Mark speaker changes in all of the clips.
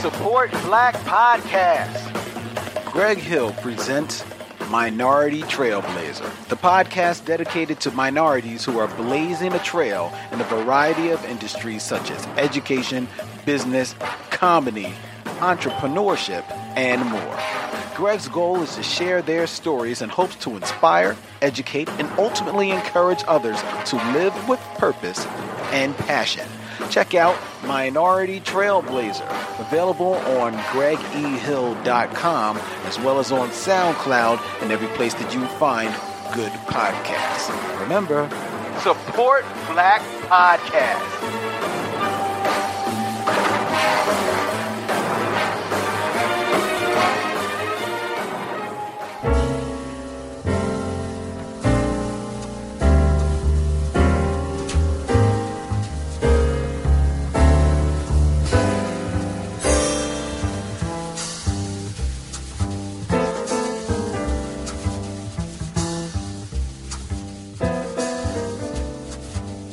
Speaker 1: Support Black Podcast. Greg Hill presents Minority Trailblazer, the podcast dedicated to minorities who are blazing a trail in a variety of industries such as education, business, comedy, entrepreneurship, and more. Greg's goal is to share their stories in hopes to inspire, educate, and ultimately encourage others to live with purpose and passion. Check out Minority Trailblazer, available on gregehill.com as well as on SoundCloud and every place that you find good podcasts. Remember, support Black Podcasts.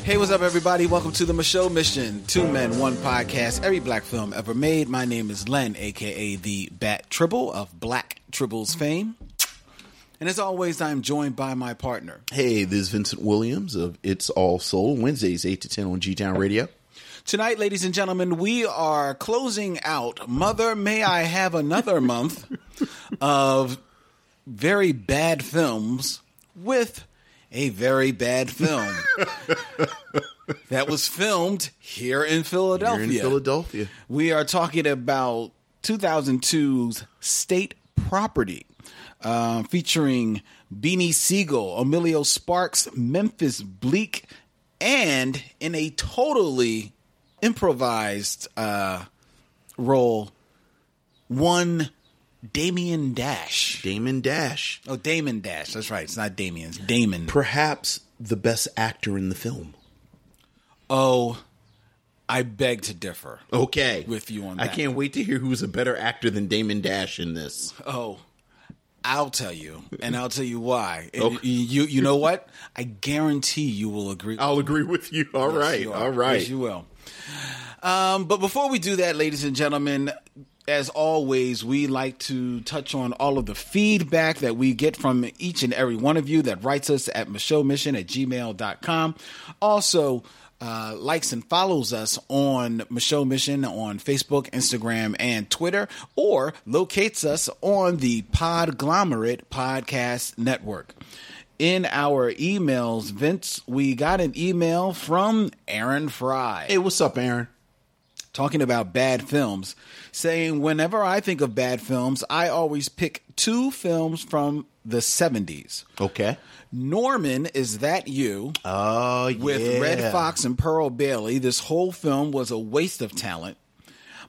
Speaker 1: Hey, what's up, everybody? Welcome to the Michelle Mission, Two Men, One Podcast, every black film ever made. My name is Len, aka the Bat Tribble of Black Tribbles fame. And as always, I'm joined by my partner.
Speaker 2: Hey, this is Vincent Williams of It's All Soul, Wednesdays 8 to 10 on G Town Radio.
Speaker 1: Tonight, ladies and gentlemen, we are closing out Mother May I Have Another Month of very bad films with a very bad film that was filmed here in
Speaker 2: You're in Philadelphia.
Speaker 1: we are talking about 2002's State Property, uh, featuring Beanie Siegel, Emilio Sparks, Memphis Bleak, and in a totally improvised uh, role, one Damien Dash.
Speaker 2: Damon Dash,
Speaker 1: Oh, Damon Dash. That's right. It's not Damien. It's Damon.
Speaker 2: perhaps the best actor in the film.
Speaker 1: Oh, I beg to differ.
Speaker 2: Okay.
Speaker 1: With you on
Speaker 2: I
Speaker 1: that.
Speaker 2: can't wait to hear who's a better actor than Damon Dash in this.
Speaker 1: Oh, I'll tell you, and I'll tell you why. And
Speaker 2: Okay.
Speaker 1: You, you know what? I guarantee you will agree.
Speaker 2: I'll agree with you. All
Speaker 1: Yes,
Speaker 2: right,
Speaker 1: you are.
Speaker 2: All right.
Speaker 1: Yes, you will. Um, but before we do that, ladies and gentlemen, as always, we like to touch on all of the feedback that we get from each and every one of you that writes us at Mission at gmail.com. Also, uh, likes and follows us on Michelle Mission on Facebook, Instagram, and Twitter, or locates us on the Podglomerate Podcast Network in our emails, Vince, we got an email from Aaron Fry
Speaker 2: hey, what's up, Aaron?
Speaker 1: talking about bad films, saying, Whenever I think of bad films, I always pick two films from the 70s.
Speaker 2: Okay.
Speaker 1: Norman, Is That You?
Speaker 2: Oh, yeah.
Speaker 1: with Red Fox and Pearl Bailey. This whole film was a waste of talent.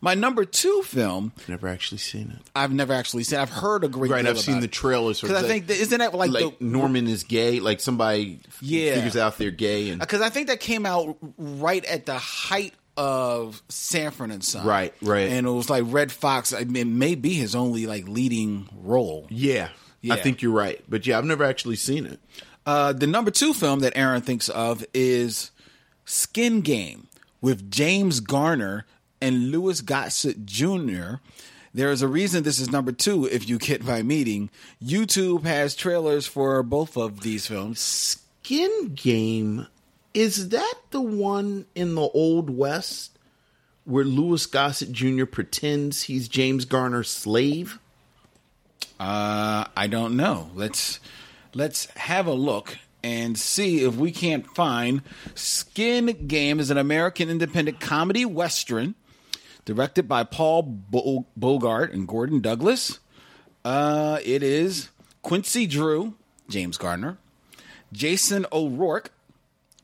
Speaker 1: My number two film,
Speaker 2: Never actually seen it.
Speaker 1: I've never actually seen. I've heard a great
Speaker 2: Right,
Speaker 1: deal
Speaker 2: I've seen
Speaker 1: about
Speaker 2: the
Speaker 1: it.
Speaker 2: trailers.
Speaker 1: Because I think, that, isn't that like,
Speaker 2: like
Speaker 1: the.
Speaker 2: Norman is gay. Like somebody
Speaker 1: Yeah.
Speaker 2: figures out they're gay and
Speaker 1: because I think that came out right at the height of Sanford and Son.
Speaker 2: Right, right.
Speaker 1: And it was like Red Fox. I mean, it may be his only like leading role.
Speaker 2: yeah,
Speaker 1: Yeah.
Speaker 2: I think you're right. But yeah, I've never actually seen it.
Speaker 1: Uh, the number two film that Aaron thinks of is Skin Game with James Garner and Louis Gossett Jr. There is a reason this is number two. If you get my meeting, YouTube has trailers for both of these films.
Speaker 2: Skin Game is that the one in the Old West where Louis Gossett Jr. pretends he's James Garner's slave?
Speaker 1: Uh, I don't know. Let's let's have a look and see if we can't find Skin Game is an American independent comedy western directed by Paul Bo- Bogart and Gordon Douglas. Uh, it is Quincy Drew, James Gardner, Jason O'Rourke,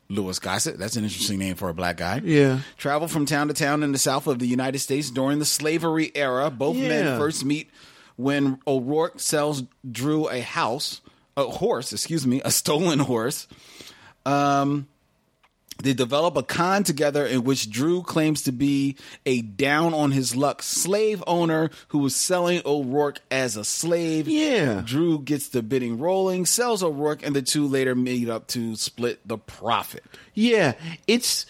Speaker 1: Louis Gossett. That's an interesting name for a black guy.
Speaker 2: Yeah.
Speaker 1: Traveled from town to town in the south of the United States during the slavery era. Both men
Speaker 2: Yeah.
Speaker 1: first meet when O'Rourke sells Drew a house, a horse, excuse me, a stolen horse. Um, They develop a con together in which Drew claims to be a down on his luck slave owner who is selling O'Rourke as a slave.
Speaker 2: Yeah.
Speaker 1: Drew gets the bidding rolling, sells O'Rourke, and the two later meet up to split the profit.
Speaker 2: Yeah, it's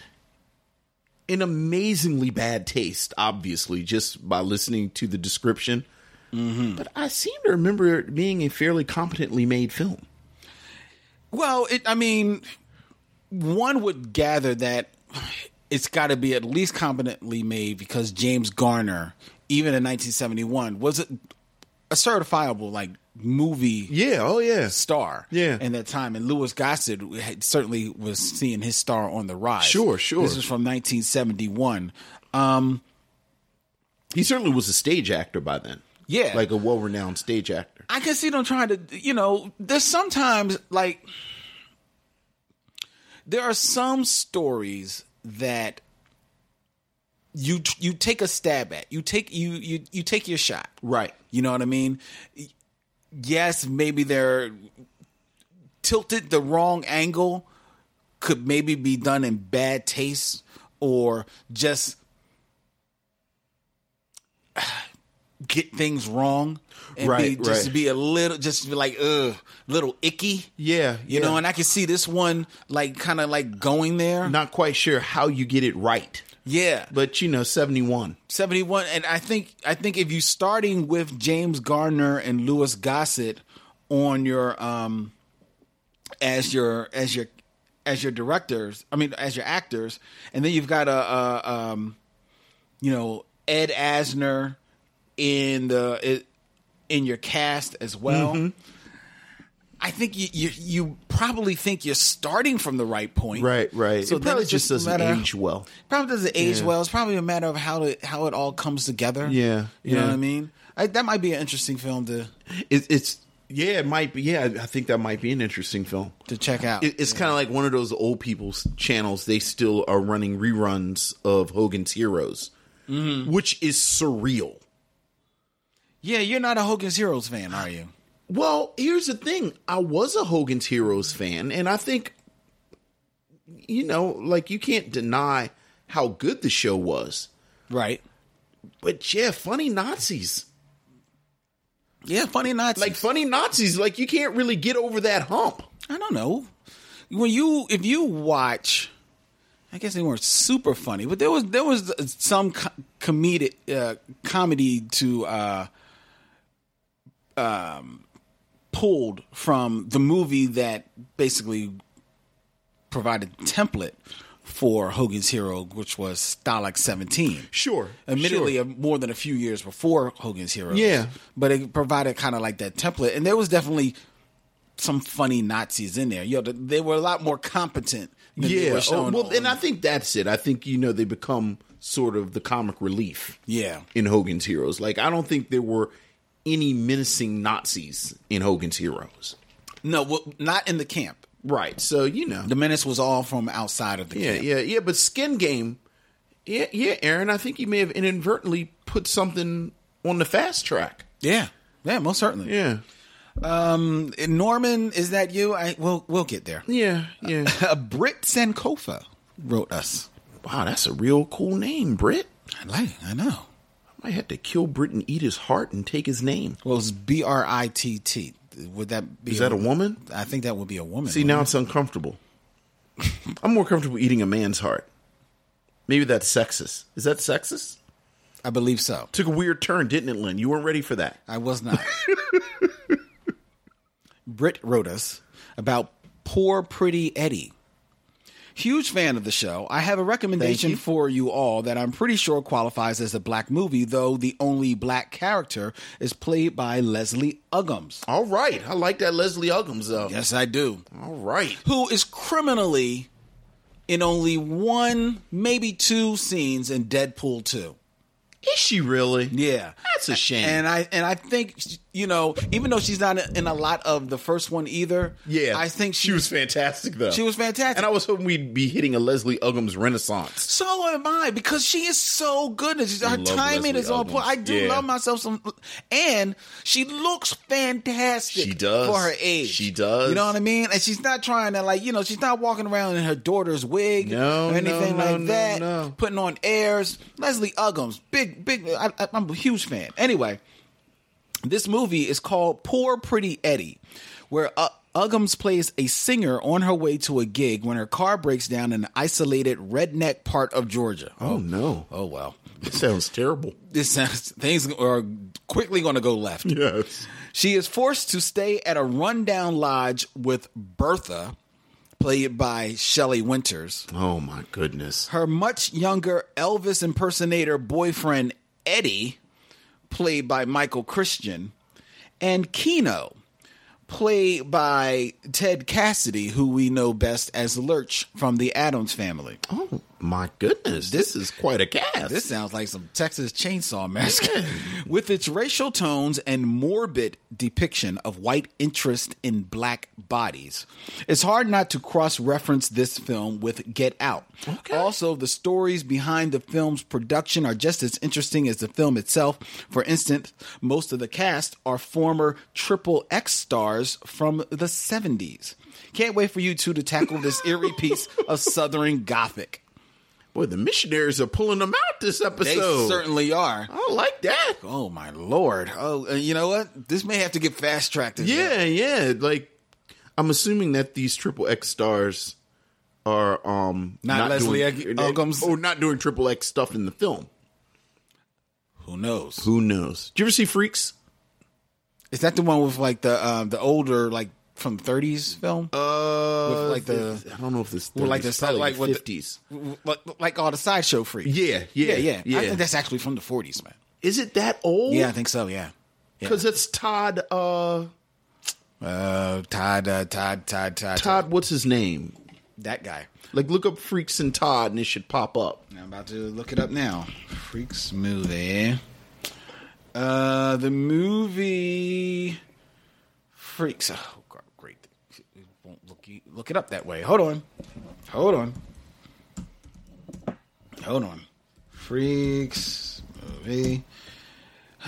Speaker 2: in amazingly bad taste, obviously, just by listening to the description. But I seem to remember it being a fairly competently made film.
Speaker 1: Well, it, I mean, one would gather that it's got to be at least competently made because James Garner, even in 1971, was a, a certifiable like movie
Speaker 2: Yeah, oh yeah.
Speaker 1: star.
Speaker 2: Yeah.
Speaker 1: in that time, and Louis Gossett had, certainly was seeing his star on the rise.
Speaker 2: Sure, sure.
Speaker 1: This was from 1971.
Speaker 2: He certainly was a stage actor by then.
Speaker 1: Yeah.
Speaker 2: Like a well renowned stage actor.
Speaker 1: I can see them trying to, you know, there's sometimes like there are some stories that you you take a stab at. You take you you you take your shot.
Speaker 2: Right.
Speaker 1: You know what I mean? Yes, maybe they're tilted the wrong angle could maybe be done in bad taste or just get things wrong and be,
Speaker 2: Right,
Speaker 1: just
Speaker 2: right.
Speaker 1: be a little just be like ugh little icky
Speaker 2: Yeah.
Speaker 1: you know and i can see this one like kind of like going there
Speaker 2: not quite sure how you get it right.
Speaker 1: yeah
Speaker 2: But you know, seventy one.
Speaker 1: 71 and i think i think if you starting with james gardner and lewis gossett on your um as your as your as your directors i mean as your actors and then you've got a, a um you know ed asner in the i- in your cast as well
Speaker 2: Mm-hmm.
Speaker 1: i think you, you you probably think you're starting from the right point
Speaker 2: So it
Speaker 1: then
Speaker 2: probably
Speaker 1: it's
Speaker 2: just
Speaker 1: a
Speaker 2: doesn't
Speaker 1: matter-
Speaker 2: age well.
Speaker 1: Probably doesn't age well. It's probably a matter of how it how it all comes together.
Speaker 2: Yeah,
Speaker 1: you know
Speaker 2: yeah.
Speaker 1: what I mean. I, that might be an interesting film to
Speaker 2: It, it's yeah, it might be. Yeah, I think that might be an interesting film.
Speaker 1: to check out.
Speaker 2: It, it's kind of like one of those old people's channels. They still are running reruns of Hogan's Heroes, which is surreal.
Speaker 1: yeah, you're not a Hogan's Heroes fan, are you?
Speaker 2: Well, here's the thing. I was a Hogan's Heroes fan, and I think, you know, like you can't deny how good the show was.
Speaker 1: Right.
Speaker 2: But yeah, funny Nazis.
Speaker 1: Yeah, funny not
Speaker 2: Like funny Nazis, like you can't really get over that hump.
Speaker 1: I don't know when you if you watch. I guess they weren't super funny, but there was there was some co- comedic uh, comedy to uh, um, pulled from the movie that basically provided template for Hogan's Hero, which was Stalag Seventeen.
Speaker 2: Sure.
Speaker 1: Admittedly, uh, more than a few years before Hogan's Heroes.
Speaker 2: Yeah.
Speaker 1: But it provided kind of like that template. And there was definitely some funny Nazis in there. You know, they were a lot more competent than they
Speaker 2: yeah.
Speaker 1: were
Speaker 2: oh,
Speaker 1: shown.
Speaker 2: well,
Speaker 1: on-
Speaker 2: and I think that's it. I think you know they become sort of the comic relief
Speaker 1: yeah.
Speaker 2: in Hogan's Heroes. Like I don't think there were any menacing Nazis in Hogan's Heroes.
Speaker 1: No, well, not in the camp.
Speaker 2: Right. So, you know.
Speaker 1: The menace was all from outside of the
Speaker 2: Yeah,
Speaker 1: camp.
Speaker 2: yeah, yeah. But skin game, yeah, yeah. Aaron, I think you may have inadvertently put something on the fast track.
Speaker 1: Yeah. Yeah, most certainly.
Speaker 2: Yeah,
Speaker 1: And Norman, is that you? I we'll we'll get there.
Speaker 2: yeah, yeah.
Speaker 1: Uh, Britt Sankofa wrote us.
Speaker 2: wow, that's a real cool name, Brit.
Speaker 1: I like. I know.
Speaker 2: I might have to kill Brit and eat his heart and take his name.
Speaker 1: Well, it's B R I T T. Would that be?
Speaker 2: Is that a woman?
Speaker 1: I think that would be a woman.
Speaker 2: See, now it's uncomfortable. I'm more comfortable eating a man's heart. Maybe that's sexist. Is that sexist?
Speaker 1: I believe so.
Speaker 2: Took a weird turn, didn't it, Lynn? You weren't ready for that.
Speaker 1: I was not. Britt wrote us about Poor Pretty Eddie. Huge fan of the show. I have a recommendation
Speaker 2: Thank you.
Speaker 1: for you all that I'm pretty sure qualifies as a black movie, though the only black character is played by Leslie Uggams.
Speaker 2: All right, I like that Leslie Uggams though.
Speaker 1: Yes, I do.
Speaker 2: All right.
Speaker 1: Who is criminally in only one, maybe two scenes in Deadpool 2.
Speaker 2: Is she really?
Speaker 1: Yeah,
Speaker 2: That's a shame.
Speaker 1: And I and I think you know, even though she's not in a lot of the first one either.
Speaker 2: Yeah,
Speaker 1: I think she,
Speaker 2: she was fantastic though.
Speaker 1: She was fantastic.
Speaker 2: and I was hoping we'd be hitting a Leslie Uggams renaissance.
Speaker 1: So am I because she is so good. And she's- her
Speaker 2: love
Speaker 1: timing
Speaker 2: Leslie
Speaker 1: is on point.
Speaker 2: Uggams.
Speaker 1: I do
Speaker 2: Yeah.
Speaker 1: love myself some, and she looks fantastic.
Speaker 2: She does.
Speaker 1: for her age.
Speaker 2: She does.
Speaker 1: You know what I mean? And she's not trying to like you know she's not walking around in her daughter's wig
Speaker 2: No,
Speaker 1: or anything
Speaker 2: no, no,
Speaker 1: like
Speaker 2: no,
Speaker 1: that.
Speaker 2: no.
Speaker 1: Putting on airs. Leslie Uggams, big big. I, I, I'm a huge fan. Anyway, this movie is called Poor Pretty Eddie, where uh, Uggams plays a singer on her way to a gig when her car breaks down in an isolated redneck part of Georgia.
Speaker 2: Oh, no.
Speaker 1: Oh well,
Speaker 2: That sounds terrible.
Speaker 1: this sounds things are quickly going to go left.
Speaker 2: Yes.
Speaker 1: She is forced to stay at a rundown lodge with Bertha, played by Shelley Winters.
Speaker 2: Oh my goodness.
Speaker 1: Her much younger Elvis impersonator boyfriend Eddie, played by Michael Christian, and Keno, played by Ted Cassidy, who we know best as Lurch from the Adams family.
Speaker 2: Oh my goodness. This is quite a cast.
Speaker 1: This sounds like some Texas chainsaw massacre. With its racial tones and morbid depiction of white interest in black bodies, it's hard not to cross reference this film with Get Out.
Speaker 2: Okay.
Speaker 1: Also, the stories behind the film's production are just as interesting as the film itself. For instance, most of the cast are former Triple X stars from the 70s. Can't wait for you two to tackle this eerie piece of Southern Gothic.
Speaker 2: Boy, the missionaries are pulling them out this
Speaker 1: They
Speaker 2: episode.
Speaker 1: certainly are.
Speaker 2: I like that.
Speaker 1: Oh my lord! Oh, uh, you know what? This may have to get fast tracked.
Speaker 2: Yeah, yeah. Like I'm assuming that these triple X stars are um
Speaker 1: Not Leslie
Speaker 2: doing,
Speaker 1: Ugg- Uggams?
Speaker 2: or not doing triple X stuff in the film.
Speaker 1: Who knows?
Speaker 2: Who knows? Do you ever see Freaks?
Speaker 1: Is that the one with like the uh, the older like from thirties film?
Speaker 2: Uh,
Speaker 1: With, like, the-
Speaker 2: I don't know if this
Speaker 1: Well, like the- like with the-
Speaker 2: fifties.
Speaker 1: Uh, like, like all the sideshow freaks.
Speaker 2: Yeah, yeah,
Speaker 1: yeah, yeah.
Speaker 2: yeah.
Speaker 1: I think that's actually from the forties, man.
Speaker 2: Is it that old?
Speaker 1: Yeah, I think so. Yeah. Yeah.
Speaker 2: because it's Todd. Uh,
Speaker 1: Uh, Todd, uh, Todd, Todd, Todd,
Speaker 2: Todd, what's his name?
Speaker 1: That guy.
Speaker 2: Like, look up Freaks and Todd, and it should pop up.
Speaker 1: I'm about to look it up now. Freaks movie. Uh, the movie Freaks. Oh, God, great! It won't look you- look it up that way. Hold on, hold on, hold on. Freaks movie.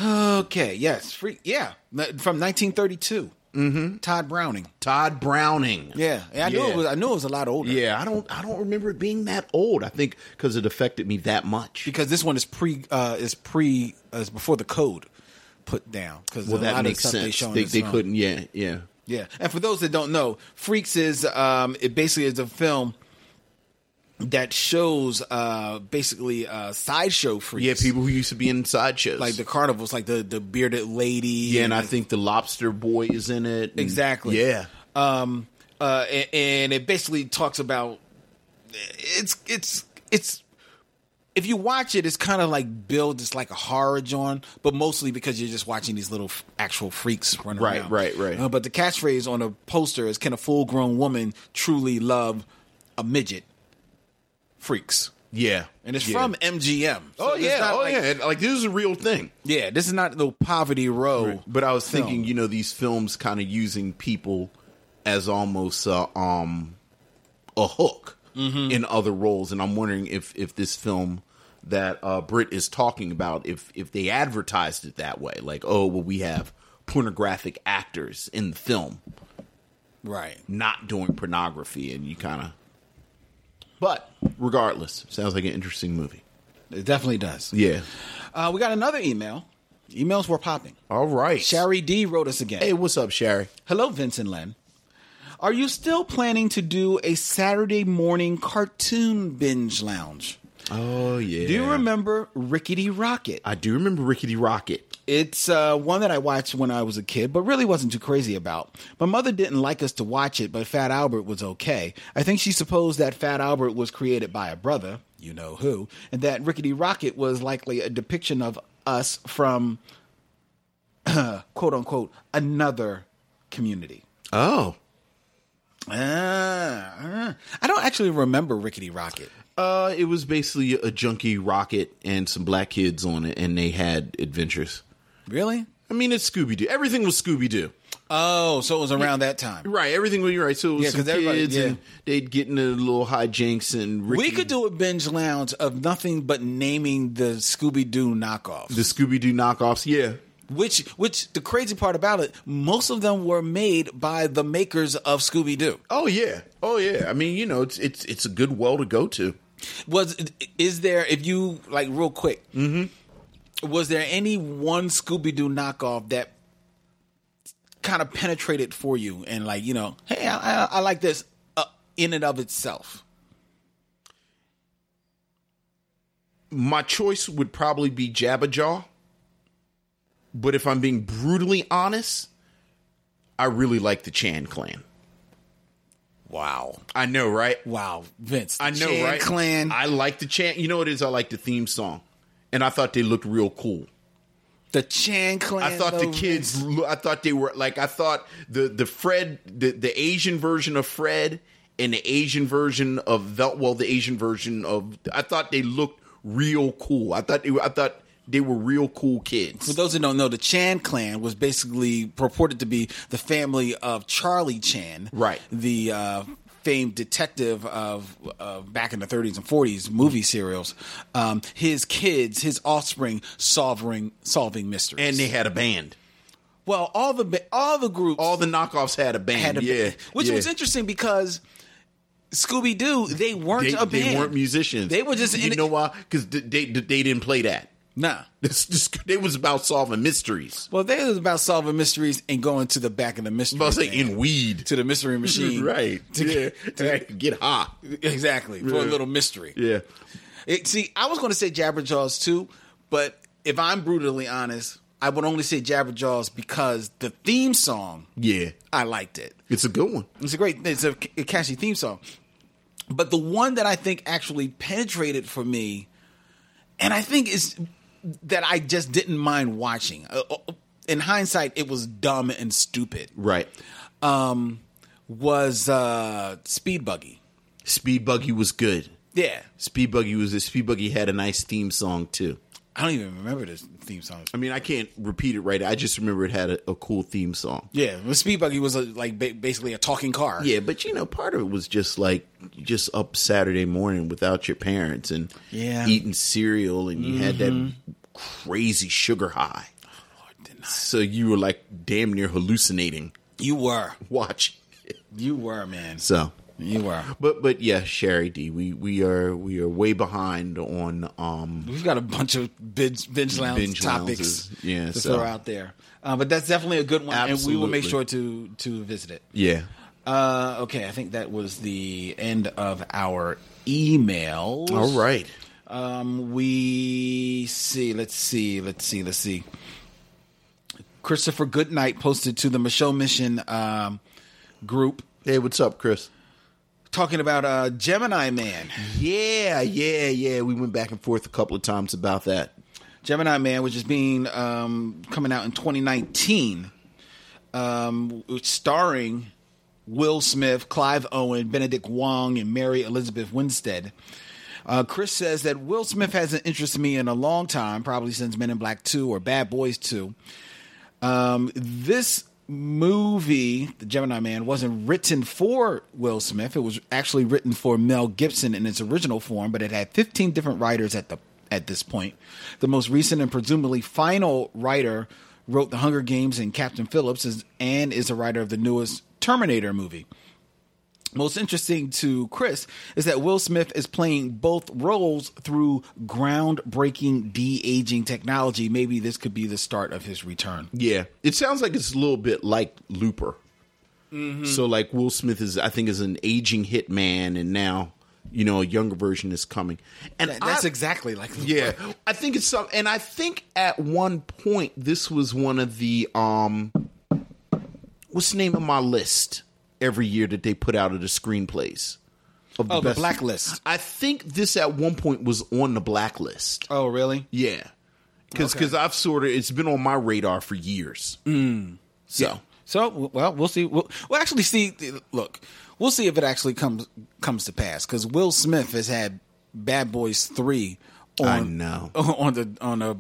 Speaker 1: Okay, yes, freak. Yeah, from 1932. Mm-hmm. Todd Browning.
Speaker 2: Todd Browning.
Speaker 1: Yeah, I knew
Speaker 2: Yeah.
Speaker 1: it was. I knew it was a lot older.
Speaker 2: Yeah, I don't. I don't remember it being that old. I think because it affected me that much.
Speaker 1: because this one is pre uh, is pre uh, is before the code put down because
Speaker 2: well, that makes
Speaker 1: stuff
Speaker 2: sense.
Speaker 1: show in
Speaker 2: They,
Speaker 1: this
Speaker 2: they
Speaker 1: film.
Speaker 2: couldn't. Yeah, yeah.
Speaker 1: uh, yeah and for those that don't know freaks is um it basically is a film that shows uh basically uh sideshow freaks
Speaker 2: Yeah, people who used to be in sideshows.
Speaker 1: like the carnivals like the the bearded lady
Speaker 2: yeah, and I
Speaker 1: the-
Speaker 2: think the Lobster Boy is in it. and-
Speaker 1: Exactly.
Speaker 2: Yeah.
Speaker 1: um uh and, and it basically talks about it's it's it's if you watch it it's kind of like build it's like a horror genre but mostly because you're just watching these little f- actual freaks run
Speaker 2: Right,
Speaker 1: around
Speaker 2: right, right.
Speaker 1: Uh, but the catchphrase on the poster is can a full grown woman truly love a midget freaks
Speaker 2: Yeah.
Speaker 1: and it's
Speaker 2: Yeah.
Speaker 1: from MGM So
Speaker 2: Oh
Speaker 1: it's
Speaker 2: yeah.
Speaker 1: not
Speaker 2: Oh
Speaker 1: like,
Speaker 2: yeah. And, Like this is a real thing.
Speaker 1: yeah this is not the poverty row
Speaker 2: But I was
Speaker 1: film.
Speaker 2: thinking, you know, these films kind of using people as almost uh, um a hook in other roles, and I'm wondering if if this film that uh, Britt is talking about, if if they advertised it that way, like, oh, well, we have pornographic actors in the film
Speaker 1: right
Speaker 2: not doing pornography, and you kind of. But regardless, sounds like an interesting movie.
Speaker 1: it definitely does
Speaker 2: Yeah.
Speaker 1: uh, we got another email emails were popping
Speaker 2: All right.
Speaker 1: Shari D wrote us again.
Speaker 2: Hey, what's up, Sherry?
Speaker 1: Hello, Vincent Len. Are you still planning to do a Saturday morning cartoon binge lounge?
Speaker 2: Oh yeah.
Speaker 1: Do you remember Rickety Rocket?
Speaker 2: I do remember Rickety Rocket.
Speaker 1: It's uh, one that I watched when I was a kid, but really wasn't too crazy about. My mother didn't like us to watch it, but Fat Albert was okay. I think she supposed that Fat Albert was created by a brother, you know who, and that Rickety Rocket was likely a depiction of us from quote unquote another community.
Speaker 2: Oh.
Speaker 1: Ah, ah. I don't actually remember Rickety Rocket.
Speaker 2: Uh, it was basically a junkie rocket and some black kids on it, and they had adventures.
Speaker 1: Really?
Speaker 2: I mean, it's Scooby Doo. Everything was Scooby Doo.
Speaker 1: Oh, so it was around that time.
Speaker 2: Right, everything was right. So it was
Speaker 1: Yeah,
Speaker 2: some
Speaker 1: 'cause everybody-
Speaker 2: kids,
Speaker 1: yeah.
Speaker 2: and they'd get into little hijinks, and Ricky,
Speaker 1: We could do a binge lounge of nothing but naming the Scooby Doo knockoffs.
Speaker 2: the Scooby Doo knockoffs. Yeah,
Speaker 1: Which, which the crazy part about it, most of them were made by the makers of Scooby Doo.
Speaker 2: oh yeah, oh yeah. I mean, you know, it's it's it's a good well to go to.
Speaker 1: Was is there if you like real quick?
Speaker 2: Mm-hmm.
Speaker 1: Was there any one Scooby Doo knockoff that kind of penetrate it for you and like you know, hey, I, I, I like this uh, in and of itself.
Speaker 2: my choice would probably be Jabba Jaw. But if I'm being brutally honest, I really like the Chan clan.
Speaker 1: Wow,
Speaker 2: I know, right?
Speaker 1: wow, Vince. the
Speaker 2: I know,
Speaker 1: Chan
Speaker 2: right?
Speaker 1: Clan,
Speaker 2: I like the Chan. You know what it is? I like the theme song. And I thought they looked real cool.
Speaker 1: the Chan Clan.
Speaker 2: I thought the
Speaker 1: though,
Speaker 2: kids. lo- I thought they were like. I thought the the Fred, the the Asian version of Fred, and the Asian version of Vel. Well, the Asian version of. I thought they looked real cool. I thought. They, were- I thought they were real cool kids.
Speaker 1: For those who don't know, the Chan clan was basically purported to be the family of Charlie Chan,
Speaker 2: Right.
Speaker 1: The uh, famed detective of uh, back in the 30s and 40s movie serials. Um, his kids, his offspring, solving solving mysteries.
Speaker 2: and they had a band.
Speaker 1: well, all the ba- all the groups
Speaker 2: All the knockoffs had a band.
Speaker 1: had a
Speaker 2: yeah,
Speaker 1: band, which
Speaker 2: yeah.
Speaker 1: was interesting because Scooby Doo they weren't
Speaker 2: They,
Speaker 1: a
Speaker 2: they
Speaker 1: band.
Speaker 2: weren't musicians.
Speaker 1: They were just
Speaker 2: You
Speaker 1: in-
Speaker 2: know why? Because they, they they didn't play that.
Speaker 1: Nah.
Speaker 2: This, this, they was about solving mysteries.
Speaker 1: Well, they was about solving mysteries and going to the back of the mystery.
Speaker 2: I was like
Speaker 1: van,
Speaker 2: in weed.
Speaker 1: to the mystery machine,
Speaker 2: Right. yeah. get hot.
Speaker 1: Exactly for a
Speaker 2: Yeah.
Speaker 1: little mystery.
Speaker 2: Yeah.
Speaker 1: It, see, I was going to say Jabberjaws too, but if I'm brutally honest, I would only say Jabberjaws because the theme song
Speaker 2: Yeah.
Speaker 1: I liked it.
Speaker 2: It's a good one.
Speaker 1: It's a great, it's a, a catchy theme song. But the one that I think actually penetrated for me, and I think is that I just didn't mind watching. Uh, uh, In hindsight, it was dumb and stupid.
Speaker 2: Right.
Speaker 1: Um, was uh, Speed Buggy?
Speaker 2: Speed Buggy was good.
Speaker 1: Yeah,
Speaker 2: Speed Buggy was Speed Buggy had a nice theme song too.
Speaker 1: I don't even remember this theme song.
Speaker 2: I mean, I can't repeat it right. I just remember it had a, a cool theme song.
Speaker 1: Yeah, well, Speed Buggy was a, like ba- basically a talking car.
Speaker 2: Yeah, but you know, part of it was just like just up Saturday morning without your parents and
Speaker 1: Yeah.
Speaker 2: eating cereal, and you had that crazy sugar high. So you were like damn near hallucinating
Speaker 1: you were,
Speaker 2: watching. it.
Speaker 1: you were, man,
Speaker 2: So
Speaker 1: you were.
Speaker 2: But but yeah, Sherry D, we we are we are way behind on um
Speaker 1: We've got a bunch of binge, binge lounge
Speaker 2: Binge
Speaker 1: topics
Speaker 2: lounges. Yeah,
Speaker 1: to
Speaker 2: so-
Speaker 1: throw out there, uh, but that's definitely a good one, and we will make sure
Speaker 2: Absolutely.
Speaker 1: to to visit it.
Speaker 2: yeah.
Speaker 1: Uh, okay, I think that was the end of our emails.
Speaker 2: All right.
Speaker 1: Um, we see. Let's see. Let's see. Let's see. Christopher Goodnight posted to the Michelle Mission um, group
Speaker 2: Hey, what's up, Chris?
Speaker 1: talking about uh, Gemini Man.
Speaker 2: Yeah, yeah, yeah. We went back and forth a couple of times about that.
Speaker 1: Gemini Man, which is being um, coming out in 2019, um, starring Will Smith, Clive Owen, Benedict Wong, and Mary Elizabeth Winstead. Uh, Chris says that Will Smith hasn't interested me in a long time, probably since Men in Black 2 or Bad Boys 2. Um, this movie, The Gemini Man, wasn't written for Will Smith. It was actually written for Mel Gibson in its original form, but it had 15 different writers at the at this point. The most recent and presumably final writer wrote The Hunger Games and Captain Phillips, is, and is a writer of the newest Terminator movie. Most interesting to Chris is that Will Smith is playing both roles through groundbreaking de aging technology. Maybe this could be the start of his return.
Speaker 2: Yeah, it sounds like it's a little bit like Looper. So like Will Smith is, I think, is an aging hitman, and now you know a younger version is coming. And
Speaker 1: That's
Speaker 2: I-
Speaker 1: exactly like
Speaker 2: yeah, I think it's some, and I think at one point this was one of the um, what's the name of my list every year that they put out of the screenplays of
Speaker 1: Oh, the
Speaker 2: best-
Speaker 1: blacklist.
Speaker 2: I think this at one point was on the blacklist.
Speaker 1: Oh, really?
Speaker 2: Yeah, because
Speaker 1: Okay.
Speaker 2: I've sort of it's been on my radar for years.
Speaker 1: Mm.
Speaker 2: So
Speaker 1: So, w- well, we'll see. We'll, we'll actually see. Look, we'll see if it actually comes comes to pass because Will Smith has had Bad Boys three on
Speaker 2: I know.
Speaker 1: on the on a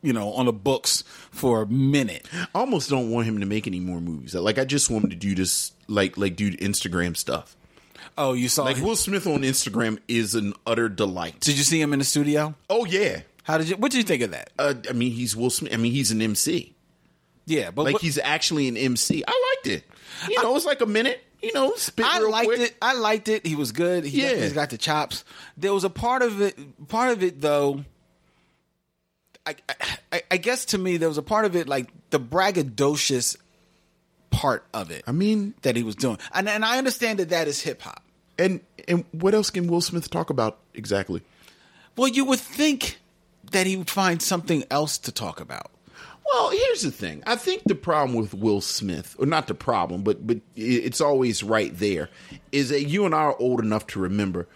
Speaker 1: you know on the books for a minute.
Speaker 2: I almost don't want him to make any more movies. Like I just want him to do this, like like do Instagram stuff.
Speaker 1: Oh, you saw?
Speaker 2: Like Will Smith on Instagram is an utter delight.
Speaker 1: did you see him in the studio?
Speaker 2: Oh yeah,
Speaker 1: How did you? What did you think of that?
Speaker 2: uh, I mean he's Will Smith. I mean he's an MC.
Speaker 1: Yeah, but
Speaker 2: Like
Speaker 1: what-
Speaker 2: he's actually an MC. I liked it. You know, it's like a minute. You know, spit
Speaker 1: I
Speaker 2: real
Speaker 1: liked
Speaker 2: quick.
Speaker 1: it. I liked it. He was good. He
Speaker 2: Yeah.
Speaker 1: definitely got the chops. There was a part of it. Part of it though. I, I, I guess to me there was a part of it like the braggadocious part of it
Speaker 2: I mean,
Speaker 1: that he was doing. And, and I understand that that is hip hop.
Speaker 2: and and what else can Will Smith talk about exactly?
Speaker 1: Well, you would think that he would find something else to talk about.
Speaker 2: Well, here's the thing. I think the problem with Will Smith, or not the problem, but but i- it's always right there, is that you and I are old enough to remember.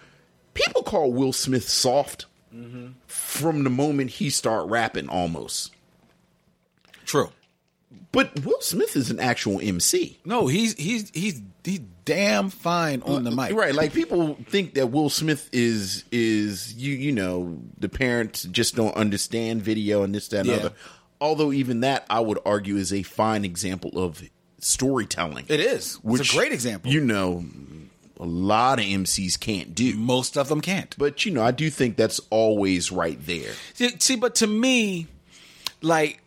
Speaker 2: People call Will Smith soft
Speaker 1: Mm-hmm.
Speaker 2: from the moment he start rapping, almost.
Speaker 1: True.
Speaker 2: But Will Smith is an actual MC,
Speaker 1: No, he's he's he's he's damn fine on the mic.
Speaker 2: right? Like people think that Will Smith is is you you know the parents just don't understand video and this that and
Speaker 1: Yeah.
Speaker 2: other. Although even that I would argue is a fine example of storytelling.
Speaker 1: It is. it's
Speaker 2: which,
Speaker 1: a great example.
Speaker 2: You know, a lot of MCs can't do.
Speaker 1: Most of them can't.
Speaker 2: But you know, I do think that's always right there.
Speaker 1: See, see, but to me, like,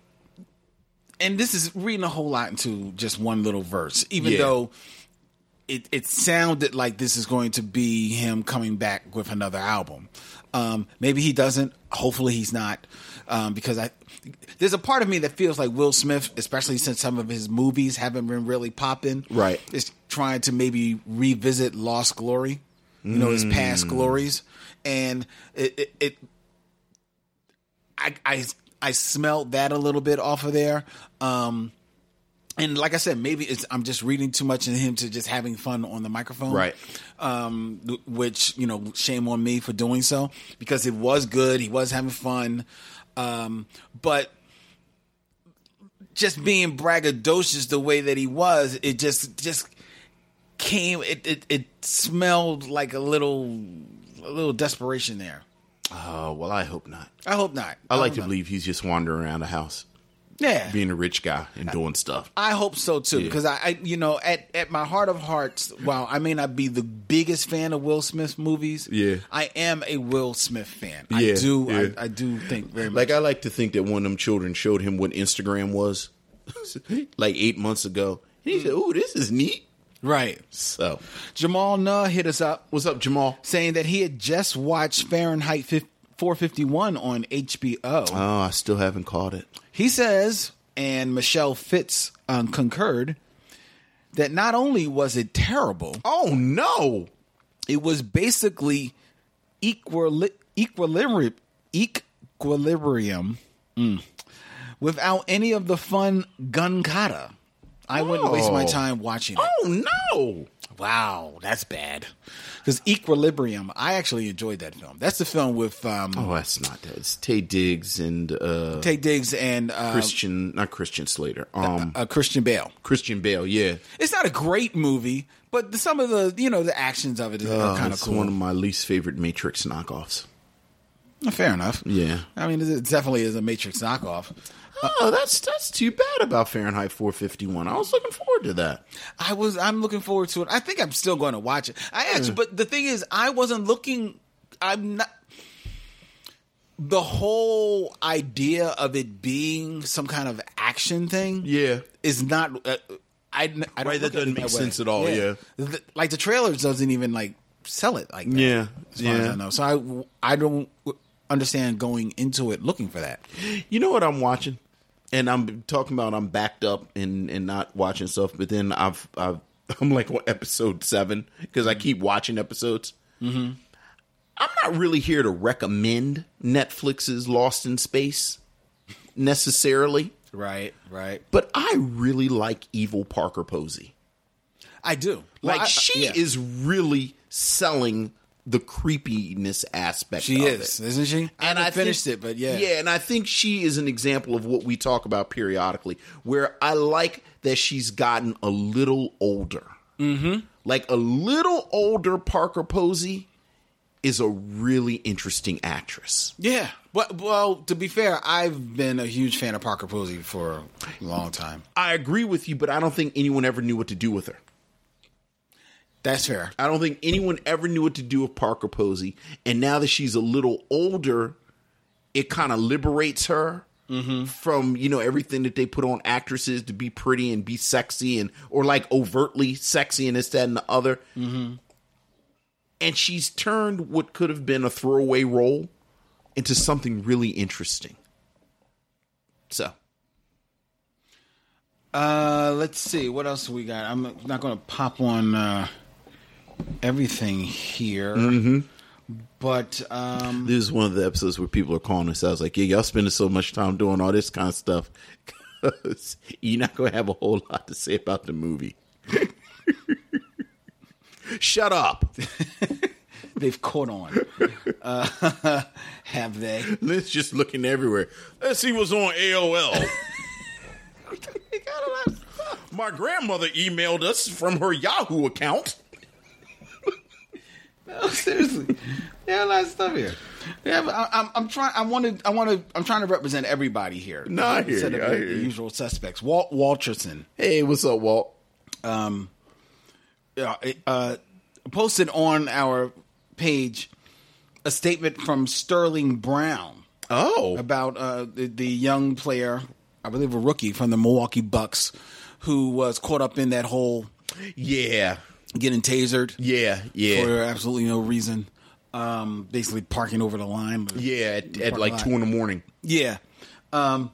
Speaker 1: and this is reading a whole lot into just one little verse, even
Speaker 2: Yeah.
Speaker 1: though it, it sounded like this is going to be him coming back with another album. Um, maybe he doesn't. Hopefully he's not, um, because I there's a part of me that feels like Will Smith, especially since some of his movies haven't been really popping.
Speaker 2: Right.
Speaker 1: is trying to maybe revisit lost glory, you know, his past
Speaker 2: Mm.
Speaker 1: glories, and it, it, it I, I I smelled that a little bit off of there. Um, and like I said, maybe it's I'm just reading too much in him to just having fun on the microphone,
Speaker 2: Right.
Speaker 1: Um, th- which you know, shame on me for doing so because it was good. He was having fun, um, but just being braggadocious the way that he was, it just just came. It it, it smelled like a little a little desperation there.
Speaker 2: Oh well, I hope not.
Speaker 1: I hope not.
Speaker 2: I like
Speaker 1: hope
Speaker 2: to
Speaker 1: not.
Speaker 2: believe he's just wandering around the house,
Speaker 1: Yeah.
Speaker 2: being a rich guy and doing stuff.
Speaker 1: I hope so too, because I, I, you know, at, at my heart of hearts, while I may not be the biggest fan of Will Smith movies,
Speaker 2: Yeah.
Speaker 1: I am a Will Smith fan. I
Speaker 2: Yeah,
Speaker 1: do,
Speaker 2: yeah.
Speaker 1: I, I do think very much.
Speaker 2: Like I like to think that one of them children showed him what Instagram was, like eight months ago, and he said, "Ooh, this is neat."
Speaker 1: right,
Speaker 2: So,
Speaker 1: Jamal Nuh hit us up
Speaker 2: what's up, Jamal?
Speaker 1: saying that he had just watched Fahrenheit 5- 451 on HBO.
Speaker 2: Oh, I still haven't caught it.
Speaker 1: He says, and Michelle Fitz um, concurred, that not only was it terrible,
Speaker 2: Oh no!
Speaker 1: it was basically equali- equilibrium equilibrium mm, without any of the fun gun kata. I wouldn't waste my
Speaker 2: Oh.
Speaker 1: time watching it.
Speaker 2: Oh no!
Speaker 1: Wow, that's bad. Because Equilibrium, I actually enjoyed that film. That's the film with um,
Speaker 2: Oh, that's not that. It's Tay Diggs and uh,
Speaker 1: Tay Diggs and uh,
Speaker 2: Christian, not Christian Slater. Um,
Speaker 1: uh, Christian Bale.
Speaker 2: Christian Bale. Yeah,
Speaker 1: It's not a great movie, but the, some of the you know the actions of it are kind of
Speaker 2: Oh, Uh, it's
Speaker 1: cool.
Speaker 2: one of my least favorite Matrix knockoffs.
Speaker 1: Fair enough.
Speaker 2: Yeah.
Speaker 1: I mean, it definitely is a Matrix knockoff.
Speaker 2: Oh, that's that's too bad about Fahrenheit 451. I was looking forward to that.
Speaker 1: I was. I'm looking forward to it. I think I'm still going to watch it. I actually, but the thing is, I wasn't looking. I'm not. The whole idea of it being some kind of action thing,
Speaker 2: Yeah.
Speaker 1: is not. Uh, I, I don't
Speaker 2: Right, that
Speaker 1: look at it
Speaker 2: doesn't make
Speaker 1: way.
Speaker 2: sense at all,
Speaker 1: Th- like the trailers doesn't even like sell it like that.
Speaker 2: Yeah,
Speaker 1: as far as
Speaker 2: yeah.
Speaker 1: I know. So I, I don't understand going into it looking for that.
Speaker 2: You know what I'm watching? And I'm talking about I'm backed up and and not watching stuff, but then I've I've I'm like on episode seven because I keep watching episodes. Mm-hmm. I'm not really here to recommend Netflix's Lost in Space necessarily,
Speaker 1: Right, right.
Speaker 2: but I really like Evil Parker Posey.
Speaker 1: I do. Well,
Speaker 2: Like
Speaker 1: I-
Speaker 2: she
Speaker 1: yeah.
Speaker 2: is really selling the creepiness aspect.
Speaker 1: She
Speaker 2: of
Speaker 1: is,
Speaker 2: it.
Speaker 1: is isn't she? I
Speaker 2: and I
Speaker 1: haven't finished
Speaker 2: think-
Speaker 1: it, but yeah,
Speaker 2: yeah, and I think she is an example of what we talk about periodically, where I like that she's gotten a little older, mm-hmm. like a little older. Parker Posey is a really interesting actress.
Speaker 1: Yeah. But well, to be fair, I've been a huge fan of Parker Posey for a long time.
Speaker 2: I agree with you, but I don't think anyone ever knew what to do with her.
Speaker 1: That's fair.
Speaker 2: I don't think anyone ever knew what to do with Parker Posey, and now that she's a little older, it kind of liberates her from you know everything that they put on actresses to be pretty and be sexy and or like overtly sexy and this that and the other. And she's turned what could have been a throwaway role into something really interesting. So
Speaker 1: Uh, let's see what else we got. I'm not going to pop on uh, everything here, Mm-hmm. but um,
Speaker 2: This is one of the episodes where people are calling us. I was like, yeah, y'all spending so much time doing all this kind of stuff. 'cause You're not going to have a whole lot to say about the movie. Shut up.
Speaker 1: they've caught on. uh, have they?
Speaker 2: Lynn's just looking everywhere. Let's see what's on AOL. My grandmother emailed us from her Yahoo account.
Speaker 1: No, seriously, they have a lot of stuff here. They have. I, I'm, I'm trying. I wanted. I want to. I'm trying to represent everybody here.
Speaker 2: No, I hear
Speaker 1: Instead
Speaker 2: you,
Speaker 1: of
Speaker 2: I
Speaker 1: the,
Speaker 2: hear
Speaker 1: the
Speaker 2: you.
Speaker 1: usual suspects. Walt Walterson.
Speaker 2: Hey, what's up, Walt?
Speaker 1: uh, uh, posted on our page a statement from Sterling Brown
Speaker 2: Oh,
Speaker 1: about uh, the, the young player, I believe a rookie from the Milwaukee Bucks, who was caught up in that whole
Speaker 2: yeah,
Speaker 1: getting tasered
Speaker 2: yeah, yeah,
Speaker 1: for absolutely no reason, um, basically parking over the line.
Speaker 2: yeah. At, at
Speaker 1: Parking
Speaker 2: like
Speaker 1: lot.
Speaker 2: two in the morning.
Speaker 1: Yeah. Um,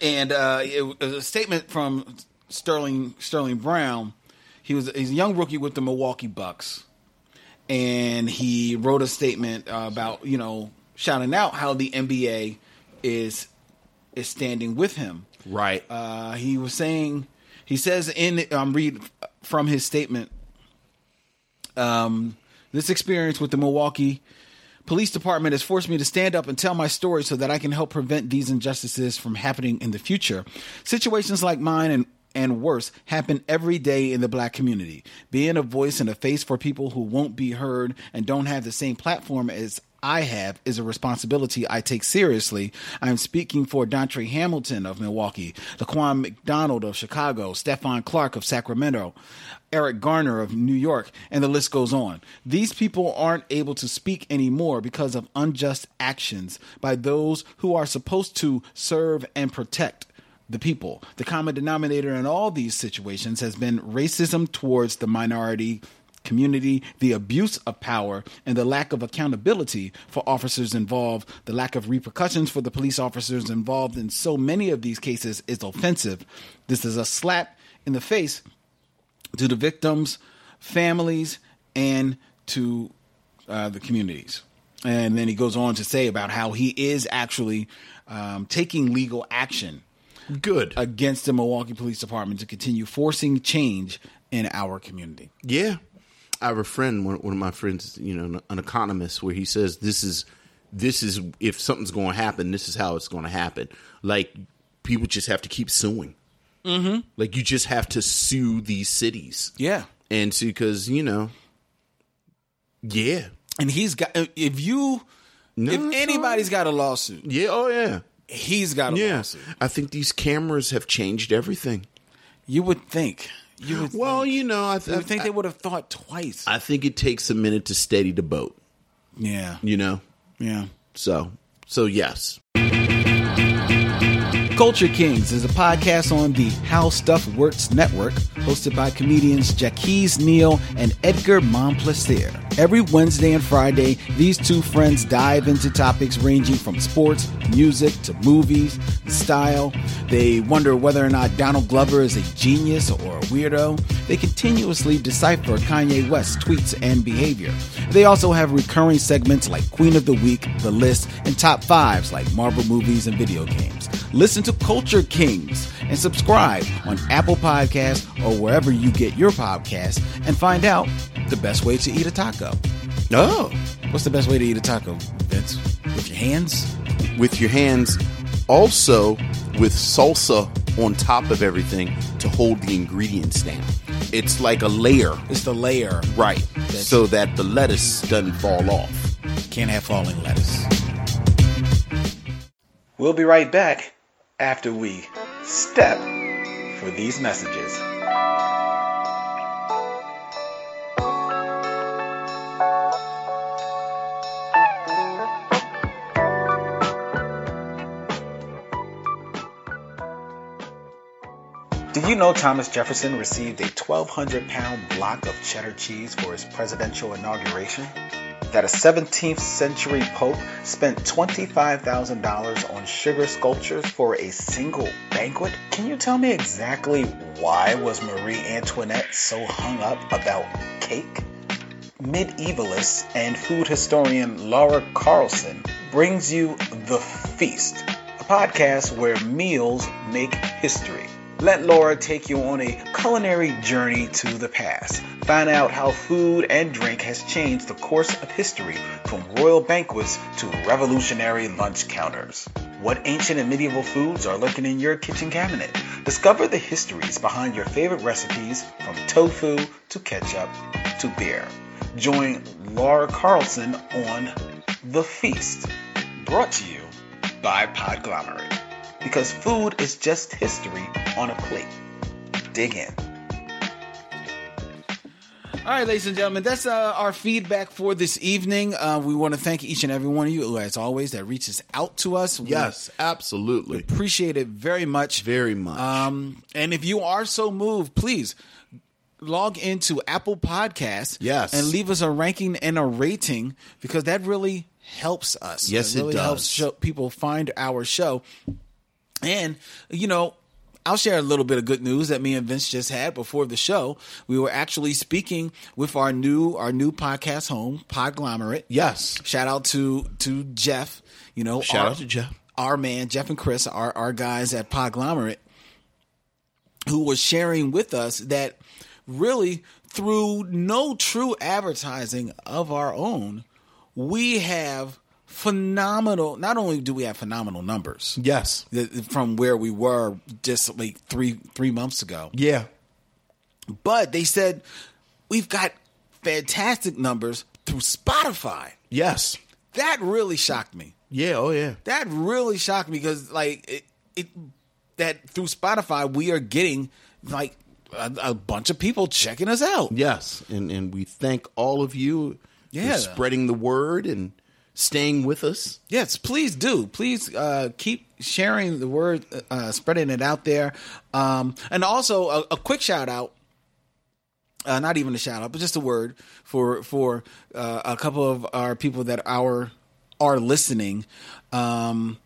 Speaker 1: and uh, it was a statement from Sterling Sterling Brown. He was he's a young rookie with the Milwaukee Bucks, and he wrote a statement uh, about you know shouting out how the NBA is is standing with him.
Speaker 2: Right.
Speaker 1: Uh, he was saying he says in um, read from his statement um, this experience with the milwaukee police department has forced me to stand up and tell my story so that i can help prevent these injustices from happening in the future situations like mine and and worse happen every day in the black community being a voice and a face for people who won't be heard and don't have the same platform as I have is a responsibility I take seriously. I am speaking for Dontre Hamilton of Milwaukee, Laquan McDonald of Chicago, Stephon Clark of Sacramento, Eric Garner of New York, and the list goes on. These people aren't able to speak anymore because of unjust actions by those who are supposed to serve and protect the people. The common denominator in all these situations has been racism towards the minority community, the abuse of power, and the lack of accountability for officers involved. The lack of repercussions for the police officers involved in so many of these cases is offensive. This is a slap in the face to the victims, families, and to uh, the communities. And then he goes on to say about how he is actually um, taking legal action
Speaker 2: Good.
Speaker 1: against the Milwaukee Police Department to continue forcing change in our community.
Speaker 2: Yeah, I have a friend, one, one of my friends, you know, an, an economist, where he says this is this is if something's going to happen, this is how it's going to happen. Like people just have to keep suing. Mm-hmm. Like you just have to sue these cities.
Speaker 1: Yeah.
Speaker 2: and see because you know, yeah,
Speaker 1: And he's got if you if
Speaker 2: it's
Speaker 1: anybody's got a lawsuit,
Speaker 2: yeah, oh yeah,
Speaker 1: he's got a
Speaker 2: yeah.
Speaker 1: lawsuit.
Speaker 2: I think these cameras have changed everything.
Speaker 1: You would think. You would
Speaker 2: Well,
Speaker 1: think,
Speaker 2: you know, I,
Speaker 1: you
Speaker 2: th-
Speaker 1: would think they would have thought twice.
Speaker 2: I think it takes a minute to steady the boat.
Speaker 1: yeah.
Speaker 2: You know,
Speaker 1: Yeah.
Speaker 2: so so yes.
Speaker 1: Culture Kings is a podcast on the How Stuff Works Network, hosted by comedians Jackie's Neal and Edgar Monplaisir. Every Wednesday and Friday, these two friends dive into topics ranging from sports, music, to movies, and style. They wonder whether or not Donald Glover is a genius or a weirdo. They continuously decipher Kanye West's tweets and behavior. They also have recurring segments like Queen of the Week, The List, and Top Fives like Marvel movies and video games. Listen to Culture Kings and subscribe on Apple Podcasts or wherever you get your podcasts and find out the best way to eat a taco.
Speaker 2: Oh,
Speaker 1: What's the best way to eat a taco, Vince? With your hands?
Speaker 2: with your hands, also with salsa on top of everything to hold the ingredients down. It's like a layer,
Speaker 1: It's the layer.
Speaker 2: right?
Speaker 1: That's-
Speaker 2: So that the lettuce doesn't fall off.
Speaker 1: Can't have falling lettuce.
Speaker 3: We'll be right back after we step for these messages. Do you know Thomas Jefferson received a 1,200 pound block of cheddar cheese for his presidential inauguration? that a 17th century pope spent $25,000 on sugar sculptures for a single banquet? Can you tell me exactly why was Marie Antoinette so hung up about cake? Medievalist and food historian Laura Carlson brings you The Feast, a podcast where meals make history. Let Laura take you on a culinary journey to the past. Find out how food and drink has changed the course of history from royal banquets to revolutionary lunch counters. What ancient and medieval foods are lurking in your kitchen cabinet? Discover the histories behind your favorite recipes from tofu to ketchup to beer. Join Laura Carlson on The Feast, brought to you by Podglomerate because food is just history on a plate. Dig in.
Speaker 1: All right, ladies and gentlemen, that's uh, our feedback for this evening. Uh, we want to thank each and every one of you, as always, that reaches out to us. We
Speaker 2: Yes, absolutely. Uh,
Speaker 1: appreciate it very much.
Speaker 2: Very much.
Speaker 1: Um, and if you are so moved, please log into Apple Podcasts.
Speaker 2: Yes.
Speaker 1: And leave us a ranking and a rating because that really helps us.
Speaker 2: Yes, it
Speaker 1: really helps
Speaker 2: does.
Speaker 1: show, people find our show. And, you know, I'll share a little bit of good news that me and Vince just had before the show. We were actually speaking with our new our new podcast home, Podglomerate.
Speaker 2: yes.
Speaker 1: Shout out to to Jeff. You know,
Speaker 2: Shout
Speaker 1: our,
Speaker 2: out to Jeff.
Speaker 1: our man Jeff and Chris, our our guys at Podglomerate, who was sharing with us that really through no true advertising of our own, we have phenomenal. Not only do we have phenomenal numbers
Speaker 2: Yes.
Speaker 1: th- from where we were just like three three months ago,
Speaker 2: Yeah.
Speaker 1: but they said we've got fantastic numbers through Spotify.
Speaker 2: Yes.
Speaker 1: That really shocked me.
Speaker 2: Yeah. Oh, yeah.
Speaker 1: That really shocked me because like it, it that through Spotify we are getting like a, a bunch of people checking us out.
Speaker 2: Yes. And and we thank all of you
Speaker 1: Yeah.
Speaker 2: for spreading the word and staying with us.
Speaker 1: Yes, please do. Please uh, keep sharing the word, uh, spreading it out there. Um, and also a, a quick shout out. Uh, not even a shout out, but just a word for for uh, a couple of our people that our are listening. Um,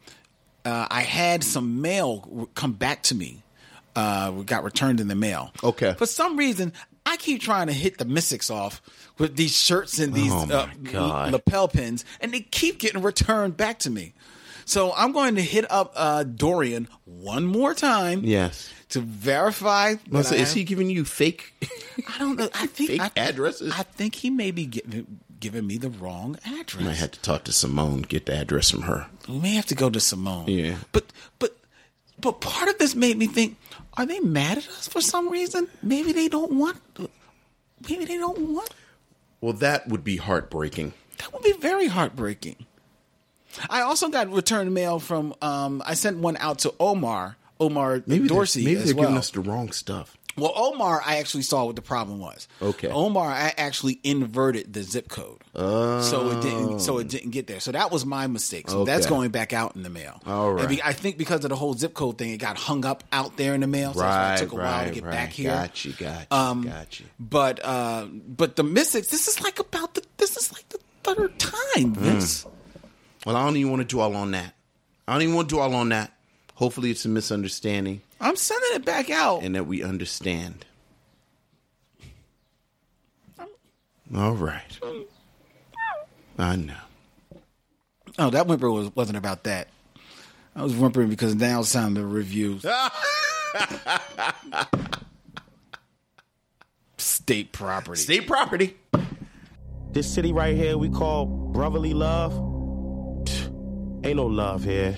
Speaker 1: uh, I had some mail come back to me. Uh, got returned in the mail.
Speaker 2: Okay.
Speaker 1: For some reason, I keep trying to hit the mystics off with these shirts and these
Speaker 2: Oh my
Speaker 1: uh,
Speaker 2: God.
Speaker 1: lapel pins, and they keep getting returned back to me. So I'm going to hit up uh, Dorian one more time
Speaker 2: Yes.
Speaker 1: to verify. that
Speaker 2: Must
Speaker 1: I
Speaker 2: say, is
Speaker 1: have-
Speaker 2: he giving you fake?
Speaker 1: I don't know. I think
Speaker 2: fake
Speaker 1: I,
Speaker 2: addresses?
Speaker 1: I think he may be giving, giving me the wrong address.
Speaker 2: I had to talk to Simone, get the address from her.
Speaker 1: we may have to go to Simone.
Speaker 2: Yeah.
Speaker 1: But but but part of this made me think: Are they mad at us for some reason? Maybe they don't want. Maybe they don't want
Speaker 2: Well, that would be heartbreaking.
Speaker 1: That would be very heartbreaking. I also got return mail from. Um, I sent one out to Omar, Omar
Speaker 2: Maybe they're-
Speaker 1: Dorsey
Speaker 2: Maybe
Speaker 1: as
Speaker 2: they're
Speaker 1: well.
Speaker 2: giving us the wrong stuff.
Speaker 1: well, Omar, I actually saw what the problem was.
Speaker 2: Okay.
Speaker 1: Omar, I actually inverted the zip code, so it didn't. So it didn't get there. So that was my mistake. So that's
Speaker 2: Oh. Okay.
Speaker 1: going back out in the mail.
Speaker 2: All
Speaker 1: And
Speaker 2: right.
Speaker 1: be- I think because of the whole zip code thing, it got hung up out there in the mail. So that's why it took a while to get back here. Um,
Speaker 2: Got you, got you, got you.
Speaker 1: But uh, but the mystics. This is like about the. This is like the third
Speaker 2: Mm.
Speaker 1: time. Vince.
Speaker 2: Well, I don't even want to dwell on that. I don't even want to dwell on that. Hopefully, it's a misunderstanding
Speaker 1: I'm sending it back out.
Speaker 2: and that we understand. All right. I know.
Speaker 1: Oh, that whimper was, wasn't about that. I was whimpering because now it's time to review state property.
Speaker 2: State property.
Speaker 4: This city right here we call brotherly love. Tch, Ain't no love here.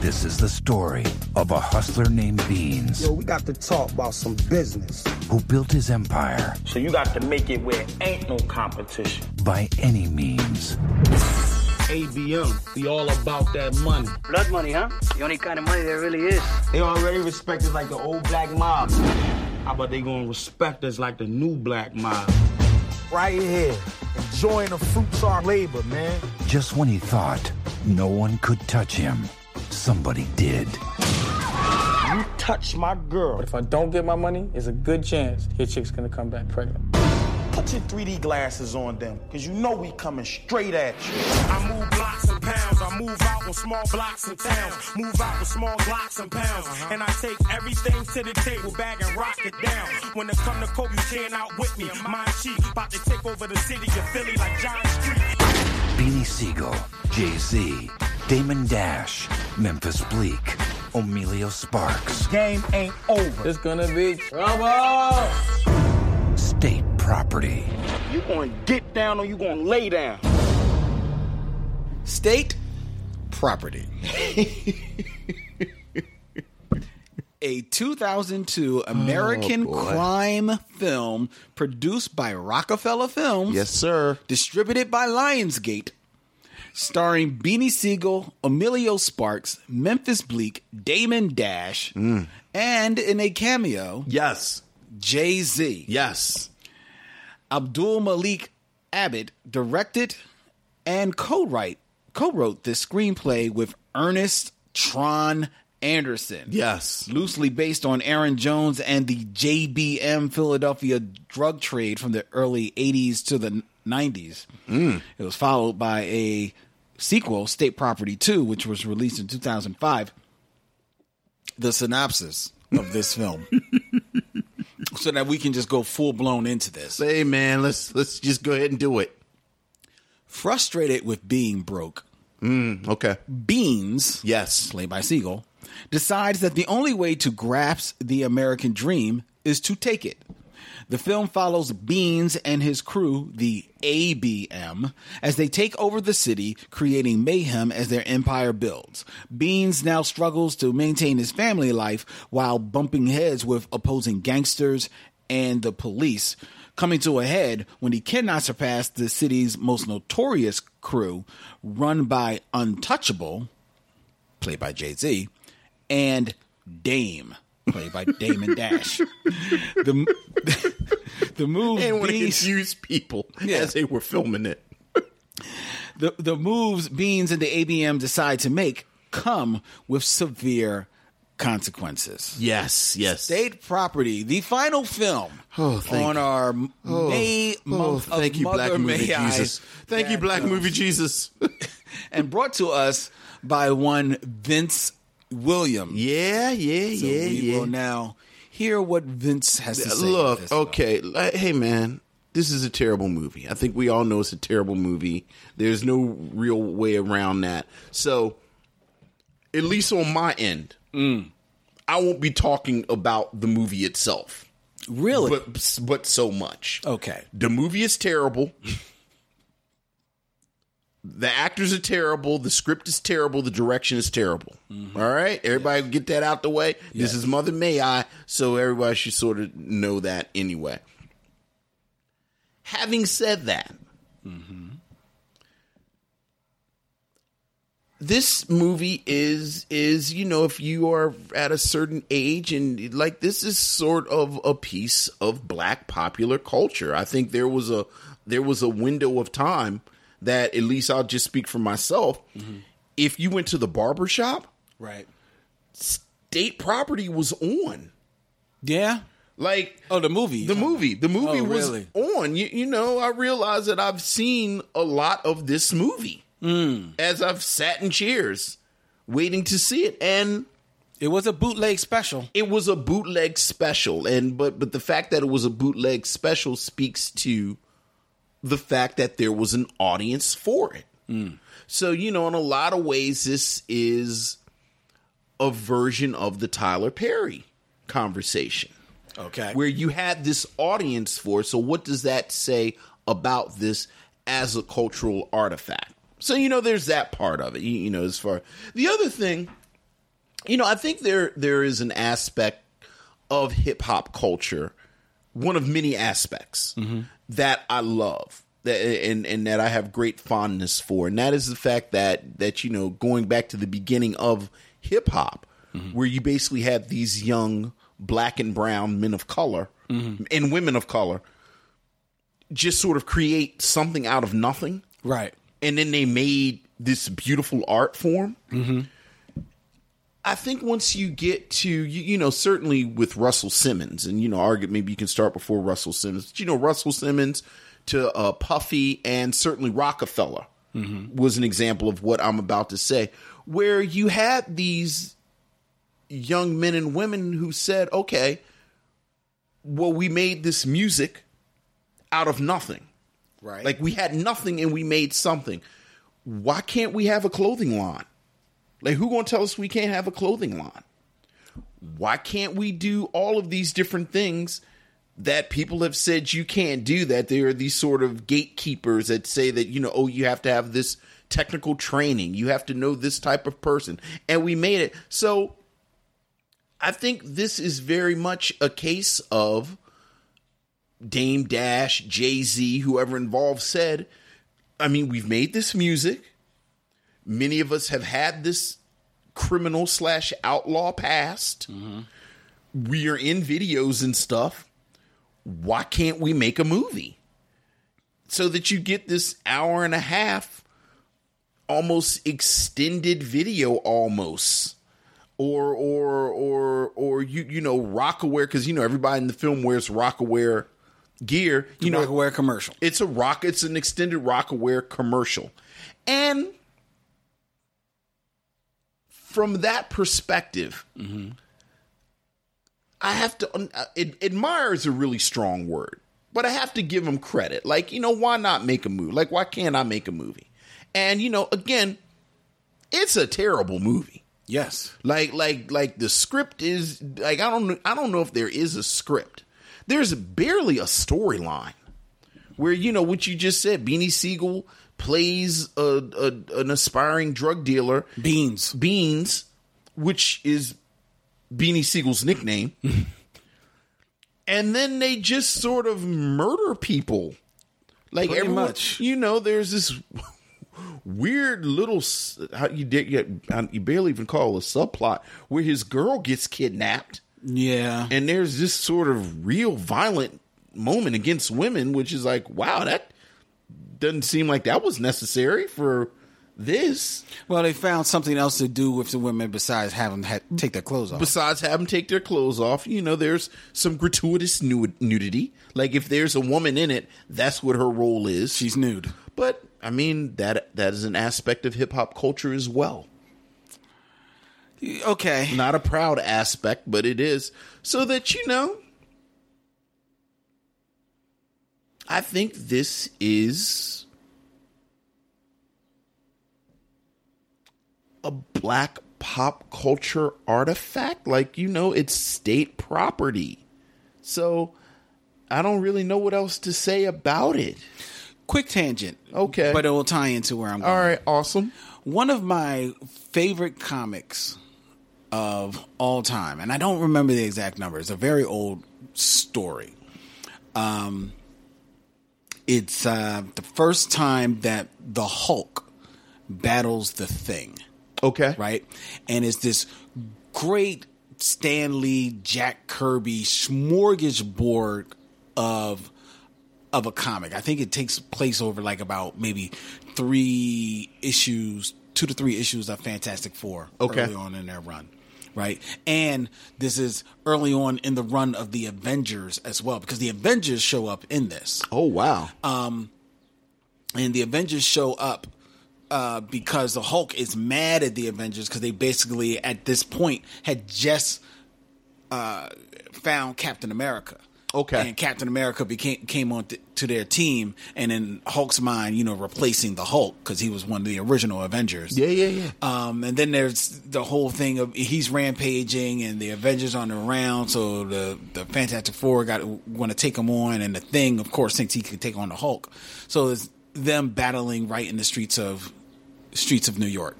Speaker 5: This is the story of a hustler named Beans
Speaker 6: Yo, we got to talk about some business.
Speaker 5: who built his empire
Speaker 7: So you got to make it where ain't no competition.
Speaker 5: by any means.
Speaker 4: ABM, we all about that money.
Speaker 8: Blood money, huh? The only kind of money there really is.
Speaker 4: They already respect us like the old black mob. How about they gonna respect us like the new black mob?
Speaker 6: Right here, enjoying the fruits of our labor, man.
Speaker 5: Just when he thought no one could touch him, somebody did.
Speaker 4: You touch my girl.
Speaker 9: If I don't get my money, it's a good chance your chick's gonna come back pregnant.
Speaker 6: Put your 3D glasses on them, cause you know we coming straight at you.
Speaker 9: I move blocks and pounds. I move out with small blocks and towns. Move out with small blocks and pounds. And I take everything to the table, bag and rock it down. When it come to Kobe, you can't outwit me. Mind cheap, about to take over the city of Philly like John Street.
Speaker 5: Beanie Siegel, Jay Z, Damon Dash, Memphis Bleak, Emilio Sparks.
Speaker 6: Game ain't over.
Speaker 10: It's gonna be trouble.
Speaker 5: State property.
Speaker 7: You gonna get down or you gonna lay down?
Speaker 1: State property. A 2002 American
Speaker 2: boy.
Speaker 1: crime film produced by Rockefeller Films,
Speaker 2: Yes, sir.
Speaker 1: distributed by Lionsgate, starring Beanie Siegel, Emilio Sparks, Memphis Bleak, Damon Dash, and in a cameo,
Speaker 2: Yes.
Speaker 1: Jay Z.
Speaker 2: Yes.
Speaker 1: Abdul Malik Abbott directed and co-write co-wrote this screenplay with Ernest Tron Anderson.
Speaker 2: Yes.
Speaker 1: Loosely based on Aaron Jones and the JBM Philadelphia drug trade from the early 80s to the 90s. It was followed by a sequel, State Property 2, which was released in 2005. The synopsis of this film. so that we can just go full blown into this.
Speaker 2: Say, man, let's let's just go ahead and do it.
Speaker 1: Frustrated with being broke,
Speaker 2: Okay.
Speaker 1: Beans,
Speaker 2: Yes.
Speaker 1: played by Siegel, decides that the only way to grasp the American dream is to take it. The film follows Beans and his crew, the ABM, as they take over the city, creating mayhem as their empire builds. Beans now struggles to maintain his family life while bumping heads with opposing gangsters and the police, coming to a head when he cannot surpass the city's most notorious crew, run by Untouchable, played by Jay Z, and Dame, played by Damon Dash. The, the move
Speaker 2: They didn't want to
Speaker 1: Beans-
Speaker 2: confuse people
Speaker 1: Yeah.
Speaker 2: as they were filming it.
Speaker 1: the, the moves Beans and the ABM decide to make come with severe consequences.
Speaker 2: Yes. Yes.
Speaker 1: State Property, the final film
Speaker 2: Oh, thank
Speaker 1: on
Speaker 2: you.
Speaker 1: our May month
Speaker 2: Oh, thank
Speaker 1: of
Speaker 2: you,
Speaker 1: Mother
Speaker 2: Black Movie
Speaker 1: May I
Speaker 2: Jesus. Thank you,
Speaker 1: Back
Speaker 2: Black
Speaker 1: Up.
Speaker 2: Movie Jesus.
Speaker 1: and brought to us by one Vince Williams.
Speaker 2: yeah, yeah,
Speaker 1: So
Speaker 2: yeah,
Speaker 1: we
Speaker 2: yeah.
Speaker 1: will now hear what Vince has to say. about
Speaker 2: Uh, Look,
Speaker 1: this film.
Speaker 2: okay, like, hey man, this is a terrible movie. I think we all know it's a terrible movie. There's no real way around that. So, at least on my end,
Speaker 1: Mm.
Speaker 2: I won't be talking about the movie itself, oh,
Speaker 1: really? Oh,
Speaker 2: but but so much.
Speaker 1: okay,
Speaker 2: The movie is terrible. the actors are terrible. The script is terrible. The direction is terrible. All right, everybody get that out the way. This is Mother May I, so everybody should sort of know that anyway. Having said that, this movie is is you know if you are at a certain age and like this is sort of a piece of black popular culture i think there was a there was a window of time that at least i'll just speak for myself
Speaker 1: Mm-hmm.
Speaker 2: if you went to the barber shop
Speaker 1: right?
Speaker 2: state property was on
Speaker 1: Yeah.
Speaker 2: like
Speaker 1: Oh, the movie.
Speaker 2: the movie the movie
Speaker 1: Oh,
Speaker 2: was
Speaker 1: really?
Speaker 2: on you, you know i realize that i've seen a lot of this movie
Speaker 1: Hmm.
Speaker 2: as i've sat in chairs waiting to see it and
Speaker 1: It was a bootleg special.
Speaker 2: it was a bootleg special and but but the fact that it was a bootleg special speaks to the fact that there was an audience for it so you know in a lot of ways this is a version of the tyler perry conversation
Speaker 1: Okay.
Speaker 2: where you had this audience for. So, what does that say about this as a cultural artifact? So, you know, there's that part of it. You, you know, as far the other thing, you know, I think there there is an aspect of hip hop culture, one of many aspects that I love. That, and and that I have great fondness for, and that is the fact that that you know going back to the beginning of hip hop, where you basically had these young black and brown men of color and women of color just sort of create something out of nothing
Speaker 1: right.
Speaker 2: and then they made this beautiful art form. I think once you get to you, you know certainly with Russell Simmons and you know argue maybe you can start before Russell Simmons but, you know Russell Simmons to uh, Puffy and certainly Rockefeller was an example of what I'm about to say where you had these young men and women who said okay well we made this music out of nothing
Speaker 1: Right.
Speaker 2: like we had nothing and we made something why can't we have a clothing line like who gonna tell us we can't have a clothing line why can't we do all of these different things that people have said you can't do that there are these sort of gatekeepers that say that you know oh you have to have this technical training you have to know this type of person and we made it so i think this is very much a case of dame dash jay-z whoever involved said i mean we've made this music many of us have had this criminal slash outlaw past. Mm-hmm. We are in videos and stuff. Why can't we make a movie? So that you get this hour and a half almost extended video almost. Or or or or you you know rockaware because you know everybody in the film wears rockaware gear. You know
Speaker 1: Rockaware commercial.
Speaker 2: it's a rock. It's an extended Rockaware commercial, and from that perspective, I have to un- uh, ad- admire is a really strong word, but I have to give him credit. Like you know, why not make a movie? Like why can't I make a movie? And you know, again, it's a terrible movie
Speaker 1: Yes.
Speaker 2: like like like the script is like i don't i don't know if there is a script there's barely a storyline where you know what you just said beanie siegel plays a, a an aspiring drug dealer
Speaker 1: Beans.
Speaker 2: beans which is beanie siegel's nickname and then they just sort of murder people like
Speaker 1: Pretty
Speaker 2: everyone
Speaker 1: much.
Speaker 2: you know there's this weird little s- how you did you, you barely even call it a subplot where his girl gets kidnapped
Speaker 1: Yeah.
Speaker 2: and there's this sort of real violent moment against women which is like wow that doesn't seem like that was necessary for this
Speaker 1: Well, they found something else to do with the women besides have them ha- take their clothes off.
Speaker 2: besides have them take their clothes off you know there's some gratuitous nu- nudity like if there's a woman in it that's what her role is
Speaker 1: She's nude.
Speaker 2: but i mean that that is an aspect of hip-hop culture as well
Speaker 1: Okay.
Speaker 2: not a proud aspect, but it is. So that you know, I think this is a black pop culture artifact. Like, you know, it's state property. So I don't really know what else to say about it.
Speaker 1: Quick tangent.
Speaker 2: Okay.
Speaker 1: But it will tie into where I'm going.
Speaker 2: All right, awesome.
Speaker 1: One of my favorite comics of all time, and I don't remember the exact number, it's a very old story. Um, it's uh, the first time that the Hulk battles the Thing.
Speaker 2: Okay.
Speaker 1: right? And it's this great Stan Lee, Jack Kirby smorgasbord of of a comic. I think it takes place over like about maybe three issues, two to three issues of Fantastic Four
Speaker 2: Okay.
Speaker 1: early on in their run. Right. And this is early on in the run of the Avengers as well, because the Avengers show up in this
Speaker 2: Oh, wow.
Speaker 1: and the Avengers show up uh, because the Hulk is mad at the Avengers because they basically at this point had just uh, found Captain America.
Speaker 2: Okay.
Speaker 1: and Captain America became came on th- to their team, and in Hulk's mind, you know, replacing the Hulk because he was one of the original Avengers.
Speaker 2: yeah, yeah, yeah.
Speaker 1: Um, and then there's the whole thing of he's rampaging and the Avengers on the round, so the the Fantastic Four got want to take him on, and the Thing, of course, thinks he can take on the Hulk. So it's them battling right in the streets of streets of New York.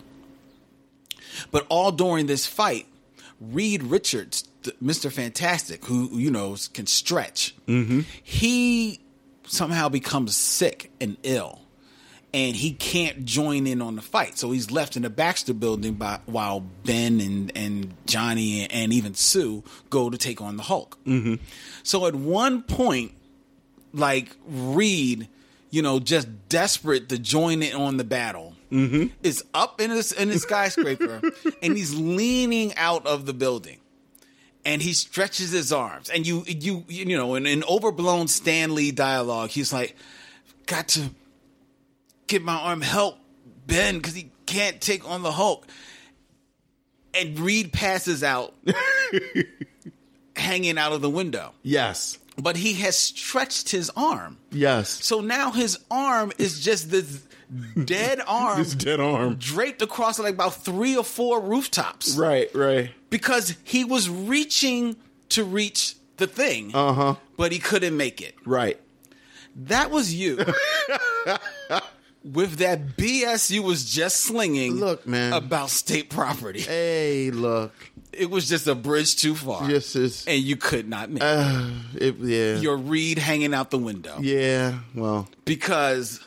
Speaker 1: But all during this fight, Reed Richards, th- Mr. Fantastic, who you know can stretch, he somehow becomes sick and ill, and he can't join in on the fight. So he's left in the Baxter Building by, while Ben and and Johnny and, and even Sue go to take on the Hulk. Mm-hmm. So at one point, like Reed, you know, just desperate to join in on the battle is up in this in the skyscraper and he's leaning out of the building and he stretches his arms and you you you know in an overblown Stanley dialogue he's like got to get my arm help Ben cuz he can't take on the Hulk and Reed passes out hanging out of the window
Speaker 2: Yes.
Speaker 1: but he has stretched his arm
Speaker 2: Yes.
Speaker 1: so now his arm is just this dead arm
Speaker 2: His dead arm.
Speaker 1: draped across like about three or four rooftops
Speaker 2: Right, right.
Speaker 1: because he was reaching to reach the thing,
Speaker 2: Uh-huh.
Speaker 1: but he couldn't make it.
Speaker 2: Right.
Speaker 1: That was you. With that BS you was just slinging
Speaker 2: Look, man.
Speaker 1: about state property.
Speaker 2: Hey, look.
Speaker 1: It was just a bridge too far.
Speaker 2: This is
Speaker 1: And you could not make it.
Speaker 2: uh, it, yeah.
Speaker 1: your reed hanging out the window.
Speaker 2: yeah, well,
Speaker 1: Because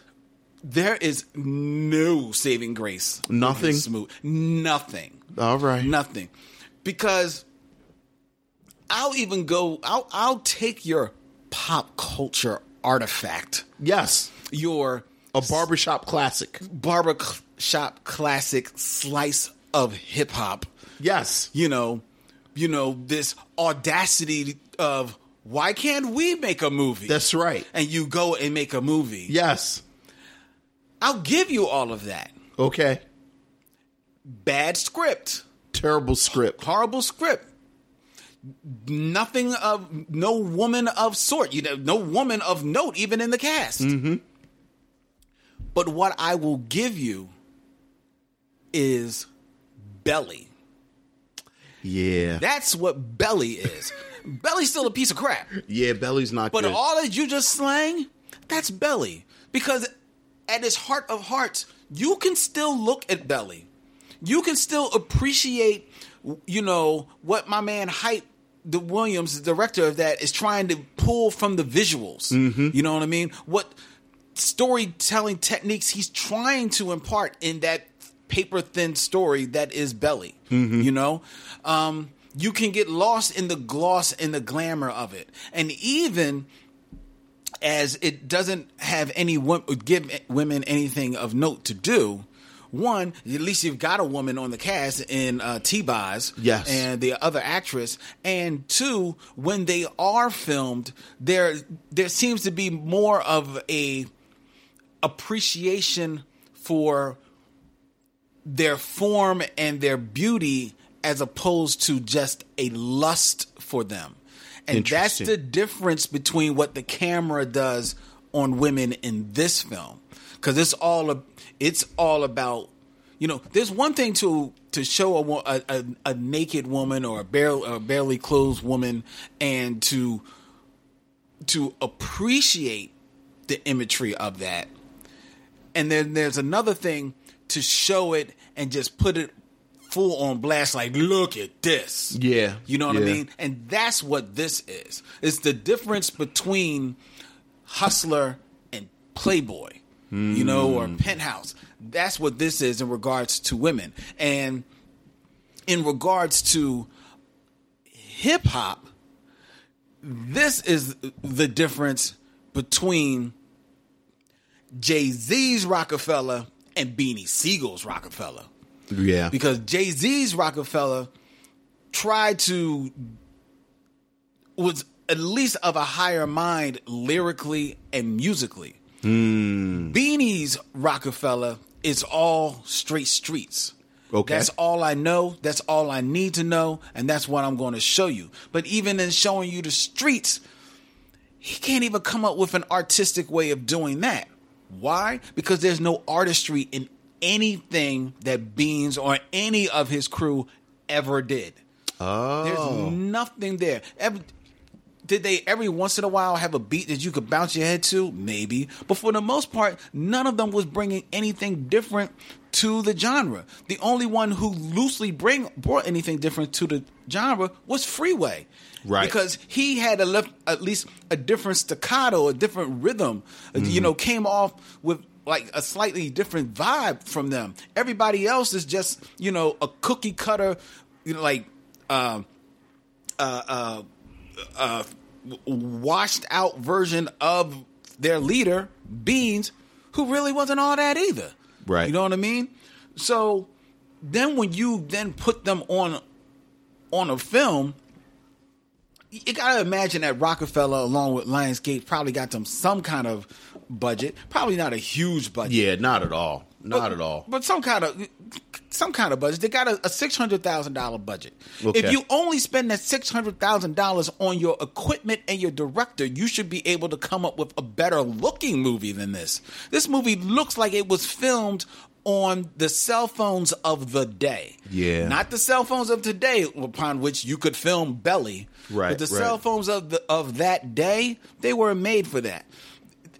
Speaker 1: there is no saving grace. with
Speaker 2: Nothing?
Speaker 1: this move. Nothing.
Speaker 2: all right.
Speaker 1: nothing because i'll even go i'll i'll take your pop culture artifact
Speaker 2: Yes.
Speaker 1: your
Speaker 2: A barbershop classic.
Speaker 1: barbershop classic slice of hip hop
Speaker 2: Yes.
Speaker 1: you know you know this audacity of why can't we make a movie
Speaker 2: That's right.
Speaker 1: and you go and make a movie
Speaker 2: Yes.
Speaker 1: i'll give you all of that
Speaker 2: Okay.
Speaker 1: bad script
Speaker 2: Terrible script.
Speaker 1: horrible script. Nothing of no woman of sort. You know, no woman of note even in the cast. But what I will give you is belly.
Speaker 2: Yeah.
Speaker 1: That's what belly is. Belly's still a piece of crap.
Speaker 2: yeah, Belly's not
Speaker 1: But
Speaker 2: good.
Speaker 1: all that you just slang, that's belly. Because at its heart of hearts, you can still look at belly. You can still appreciate, you know, what my man Hype, the Williams, the director of that, is trying to pull from the visuals. You know what I mean? What storytelling techniques he's trying to impart in that paper thin story that is belly you know um you can get lost in the gloss and the glamour of it and even as it doesn't have any wo- give women anything of note to do one at least you've got a woman on the cast in uh, t-boz
Speaker 2: Yes.
Speaker 1: and the other actress and two when they are filmed there there seems to be more of a appreciation for their form and their beauty as opposed to just a lust for them. And that's
Speaker 2: Interesting.
Speaker 1: the difference between what the camera does on women in this film cuz it's all a, it's all about you know there's one thing to to show a wo- a, a, a naked woman or a barely, a barely clothed woman and to to appreciate the imagery of that. And then there's another thing to show it and just put it full on blast, like, look at this.
Speaker 2: Yeah.
Speaker 1: You know what I
Speaker 2: Yeah.
Speaker 1: mean? And that's what this is. It's the difference between Hustler and Playboy, you know,
Speaker 2: Hmm.
Speaker 1: or Penthouse. That's what this is in regards to women. And in regards to hip hop, this is the difference between Jay Z's Rockefeller and Beanie Siegel's Rockefeller.
Speaker 2: yeah.
Speaker 1: Because Jay Z's Rockefeller tried to, was at least of a higher mind lyrically and musically. Beanie's Rockefeller is all straight streets.
Speaker 2: Okay.
Speaker 1: That's all I know. That's all I need to know. And that's what I'm going to show you. But even in showing you the streets, he can't even come up with an artistic way of doing that. Why? Because there's no artistry in anything that Beans or any of his crew ever did. There's nothing there. Ev- did they every once in a while have a beat that you could bounce your head to? Maybe. But for the most part, none of them was bringing anything different to the genre. The only one who loosely bring brought anything different to the genre was Freeway.
Speaker 2: Right.
Speaker 1: Because he had a left, at least a different staccato, a different rhythm, uh, you know, came off with like a slightly different vibe from them. Everybody else is just, you know, a cookie cutter, you know, like um uh, washed out version of their leader, Beans, who really wasn't all that either.
Speaker 2: Right.
Speaker 1: You know what I mean? So then when you then put them on on a film, you gotta imagine that Rockefeller along with Lionsgate probably got them some kind of budget. Probably not a huge budget.
Speaker 2: Yeah, not at all. Not
Speaker 1: But-
Speaker 2: at all.
Speaker 1: But some kind of some kind of budget. They got a, a six hundred thousand dollar budget.
Speaker 2: Okay.
Speaker 1: If you only spend that six hundred thousand dollars on your equipment and your director, you should be able to come up with a better looking movie than this. This movie looks like it was filmed on the cell phones of the day.
Speaker 2: Yeah.
Speaker 1: Not the cell phones of today upon which you could film Belly.
Speaker 2: Right,
Speaker 1: But the
Speaker 2: right.
Speaker 1: cell phones of the, of that day, they were made for that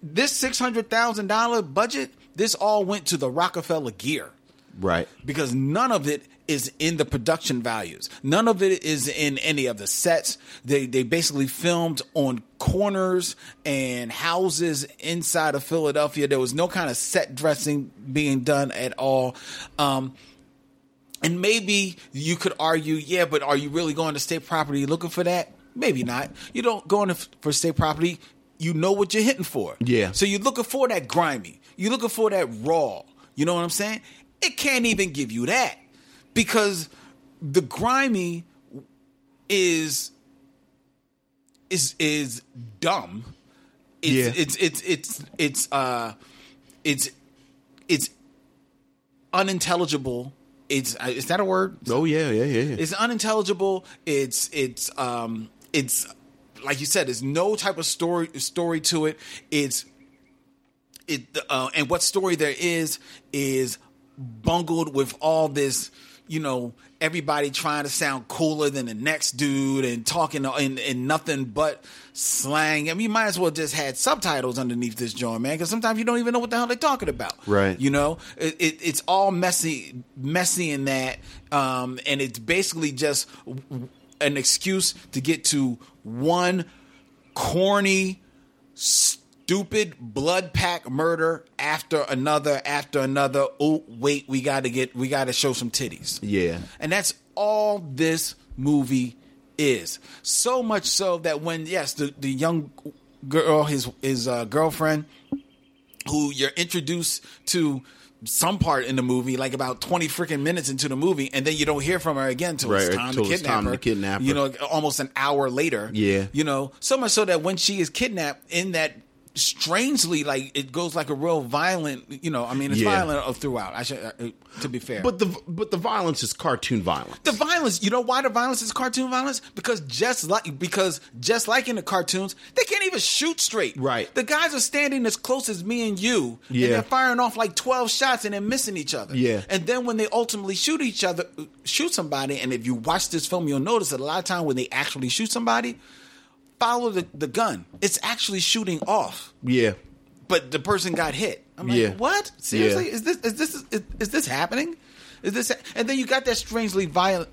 Speaker 1: this six hundred thousand dollar budget, this all went to the Rockefeller gear
Speaker 2: Right.
Speaker 1: because none of it is in the production values. None of it is in any of the sets. They they basically filmed on corners and houses inside of Philadelphia. There was no kind of set dressing being done at all. Um, and maybe you could argue, yeah, but are you really going to state property looking for that? Maybe not. You don't go in for state property. You know what you're hitting for.
Speaker 2: Yeah.
Speaker 1: So you're looking for that grimy. You're looking for that raw. You know what I'm saying? It can't even give you that because the grimy is is is dumb. It's,
Speaker 2: Yeah.
Speaker 1: it's it's it's it's uh it's it's unintelligible. It's uh, is that a word?
Speaker 2: Oh yeah, yeah, yeah, yeah.
Speaker 1: It's unintelligible. It's it's um it's like you said. There's no type of story story to it. It's it uh, and what story there is is bungled with all this. You know, everybody trying to sound cooler than the next dude and talking in, in nothing but slang. I mean, you might as well just had subtitles underneath this joint, man, because sometimes you don't even know what the hell they're talking about.
Speaker 2: Right.
Speaker 1: You you know it, it, it's all messy messy in that um, and it's basically just w- w- an excuse to get to one corny stupid blood pack murder after another after another oh wait we gotta get we gotta show some titties
Speaker 2: Yeah.
Speaker 1: and that's all this movie is. So much so that when yes, the, the young girl, his his uh, girlfriend, who you're introduced to some part in the movie, like about twenty freaking minutes into the movie, and then you don't hear from her again till
Speaker 2: Right,
Speaker 1: it's time
Speaker 2: till
Speaker 1: to
Speaker 2: it's
Speaker 1: kidnap
Speaker 2: time
Speaker 1: her.
Speaker 2: to kidnap
Speaker 1: You
Speaker 2: her.
Speaker 1: know, almost an hour later.
Speaker 2: Yeah.
Speaker 1: you know, so much so that when she is kidnapped in that. Strangely, like it goes like a real violent, you know. I mean, it's
Speaker 2: Yeah.
Speaker 1: violent throughout. I should, uh, to be fair,
Speaker 2: But the but the violence is cartoon violence.
Speaker 1: the violence, you know why the violence is cartoon violence? Because just like because just like in the cartoons, they can't even shoot straight.
Speaker 2: Right.
Speaker 1: The guys are standing as close as me and you,
Speaker 2: Yeah.
Speaker 1: and they're firing off like twelve shots and they're missing each other.
Speaker 2: Yeah.
Speaker 1: And then when they ultimately shoot each other, shoot somebody, and if you watch this film, you'll notice that a lot of time when they actually shoot somebody, follow the, the gun. It's actually shooting off,
Speaker 2: yeah.
Speaker 1: but the person got hit. I'm like,
Speaker 2: Yeah.
Speaker 1: what? Seriously?
Speaker 2: Yeah.
Speaker 1: Is this is this is, is this happening? Is this and then you got that strangely violent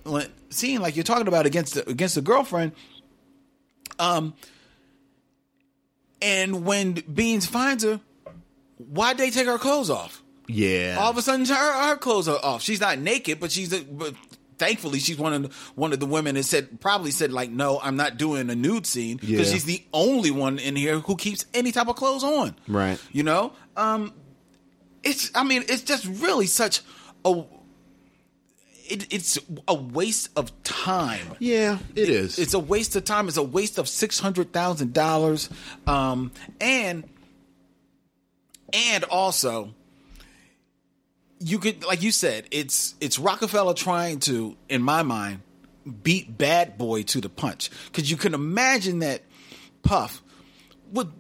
Speaker 1: scene like you're talking about against the, against the girlfriend. Um and when Beans finds her, why'd they take her clothes off?
Speaker 2: Yeah.
Speaker 1: All of a sudden, her, her clothes are off. She's not naked, but she's. A, but thankfully, she's one of the, one of the women that said probably said like, "No, I'm not doing a nude scene," because
Speaker 2: Yeah.
Speaker 1: she's the only one in here who keeps any type of clothes on.
Speaker 2: Right.
Speaker 1: You know. Um. It's. I mean, it's just really such a. It, it's a waste of time.
Speaker 2: yeah, it is.
Speaker 1: It's a waste of time. It's a waste of six hundred thousand dollars. Um, and and also, you could, like you said, it's it's Rockefeller trying to, in my mind, beat Bad Boy to the punch because you can imagine that Puff would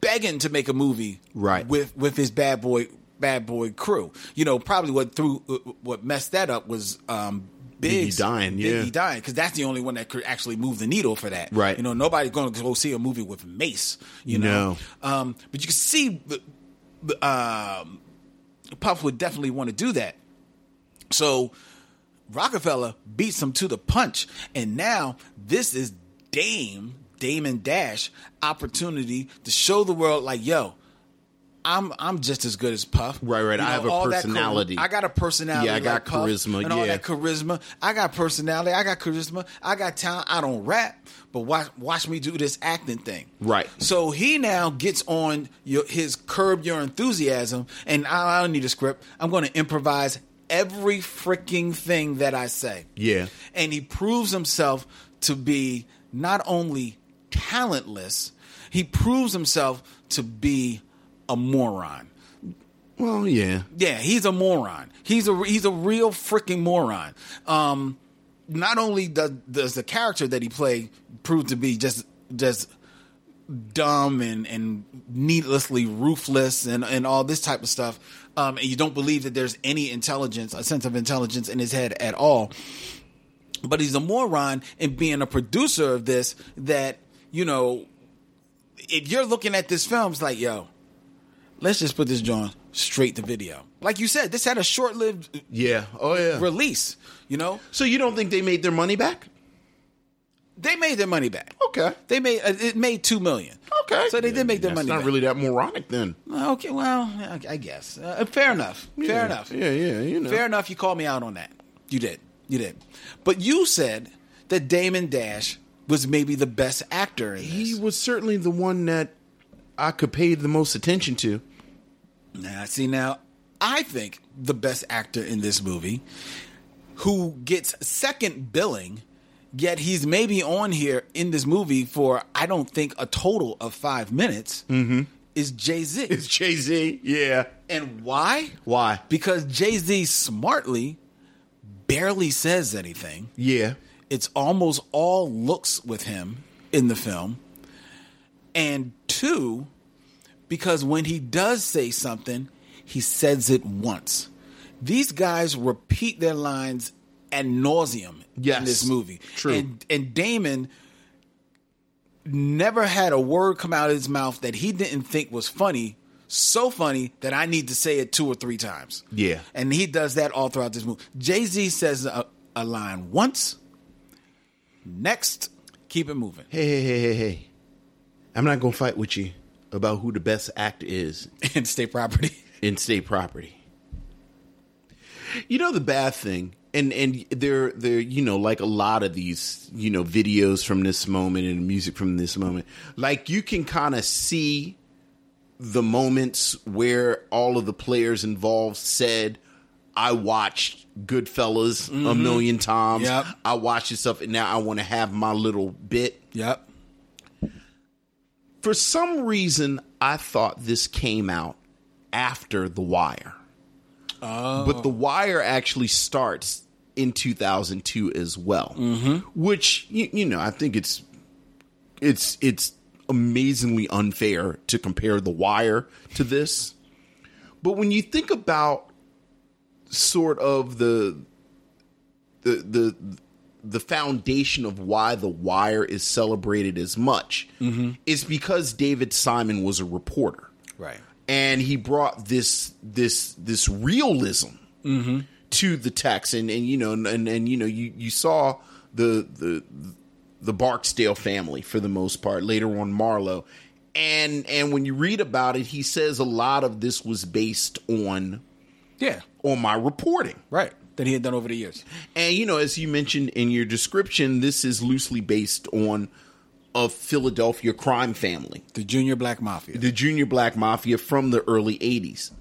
Speaker 1: begging to make a movie
Speaker 2: Right.
Speaker 1: with with his bad boy bad boy crew. You know, probably what threw uh, what messed that up was um Biggs
Speaker 2: dying, yeah.
Speaker 1: Biggie dying because that's the only one that could actually move the needle for that.
Speaker 2: Right.
Speaker 1: You know, nobody's going to go see a movie with Mace. You know, um, but you can see the- the, um, Puff would definitely want to do that. So Rockefeller beats him to the punch. And now this is Dame, Dame and Dash opportunity to show the world like, yo, I'm I'm just as good as Puff.
Speaker 2: Right, right. I have a
Speaker 1: all that chari-
Speaker 2: personality.
Speaker 1: I got a personality.
Speaker 2: Yeah, I got
Speaker 1: like Puff
Speaker 2: charisma,
Speaker 1: And all
Speaker 2: yeah.
Speaker 1: that charisma. I got personality. I got charisma. I got talent. I don't rap, but watch watch me do this acting thing.
Speaker 2: Right.
Speaker 1: So he now gets on your, his curb your enthusiasm, and I, I don't need a script. I'm going to improvise every freaking thing that I say.
Speaker 2: Yeah.
Speaker 1: And he proves himself to be not only talentless, he proves himself to be a moron.
Speaker 2: Well, yeah.
Speaker 1: Yeah, he's a moron. He's a he's a real freaking moron. Um, not only does, does the character that he played prove to be just just dumb and and needlessly ruthless and and all this type of stuff, um, and you don't believe that there's any intelligence, a sense of intelligence in his head at all. But he's a moron in being a producer of this. That you know, if you're looking at this film, it's like yo, let's just put this joint straight to video. Like you said, this had a short-lived
Speaker 2: Yeah. Oh, yeah.
Speaker 1: release. You know,
Speaker 2: So you don't think they made their money back?
Speaker 1: they made their money back.
Speaker 2: Okay.
Speaker 1: They made uh, it made two million.
Speaker 2: Okay.
Speaker 1: so they did make their
Speaker 2: That's
Speaker 1: money.
Speaker 2: not
Speaker 1: back.
Speaker 2: really that moronic then.
Speaker 1: okay. Well, I, I guess uh, fair enough.
Speaker 2: Yeah.
Speaker 1: Fair enough.
Speaker 2: Yeah, yeah, you know.
Speaker 1: Fair enough. You called me out on that. You did. You did. But you said that Damon Dash was maybe the best actor in this.
Speaker 2: He was certainly the one that I could pay the most attention to.
Speaker 1: Now, see, now I think the best actor in this movie, who gets second billing, yet he's maybe on here in this movie for I don't think a total of five minutes, Mm-hmm. is Jay Z.
Speaker 2: Jay Z. Yeah.
Speaker 1: And why?
Speaker 2: Why?
Speaker 1: Because Jay Z smartly barely says anything.
Speaker 2: Yeah.
Speaker 1: It's almost all looks with him in the film. And two, because when he does say something, he says it once. These guys repeat their lines ad nauseum
Speaker 2: Yes.
Speaker 1: in this movie.
Speaker 2: True.
Speaker 1: And, and Damon never had a word come out of his mouth that he didn't think was funny, so funny that I need to say it two or three times.
Speaker 2: Yeah.
Speaker 1: And he does that all throughout this movie. Jay Z says a, a line once. Next, keep it moving.
Speaker 2: Hey, hey, hey, hey, hey. I'm not gonna fight with you about who the best act is
Speaker 1: And stay property.
Speaker 2: in state property. You know the bad thing, and and they're they're you know like a lot of these you know videos from this moment and music from this moment, like you can kind of see the moments where all of the players involved said, "I watched Goodfellas a million times.
Speaker 1: Yep.
Speaker 2: I watched this stuff, and now I want to have my little bit."
Speaker 1: Yep.
Speaker 2: for some reason I thought this came out after The Wire. But The Wire actually starts in 2002 as well, which you, you know I think it's it's it's amazingly unfair to compare The Wire to this. But when you think about sort of the the the the foundation of why The Wire is celebrated as much is because David Simon was a reporter
Speaker 1: Right.
Speaker 2: and he brought this this this realism to the text and and you know and and, and, you know you you saw the the the Barksdale family for the most part later on Marlowe and and when you read about it he says a lot of this was based on
Speaker 1: Yeah.
Speaker 2: on my reporting
Speaker 1: Right. That he had done over the years.
Speaker 2: and you know, as you mentioned in your description, this is loosely based on a Philadelphia crime family,
Speaker 1: The Junior Black Mafia.
Speaker 2: the Junior Black Mafia from the early 80s.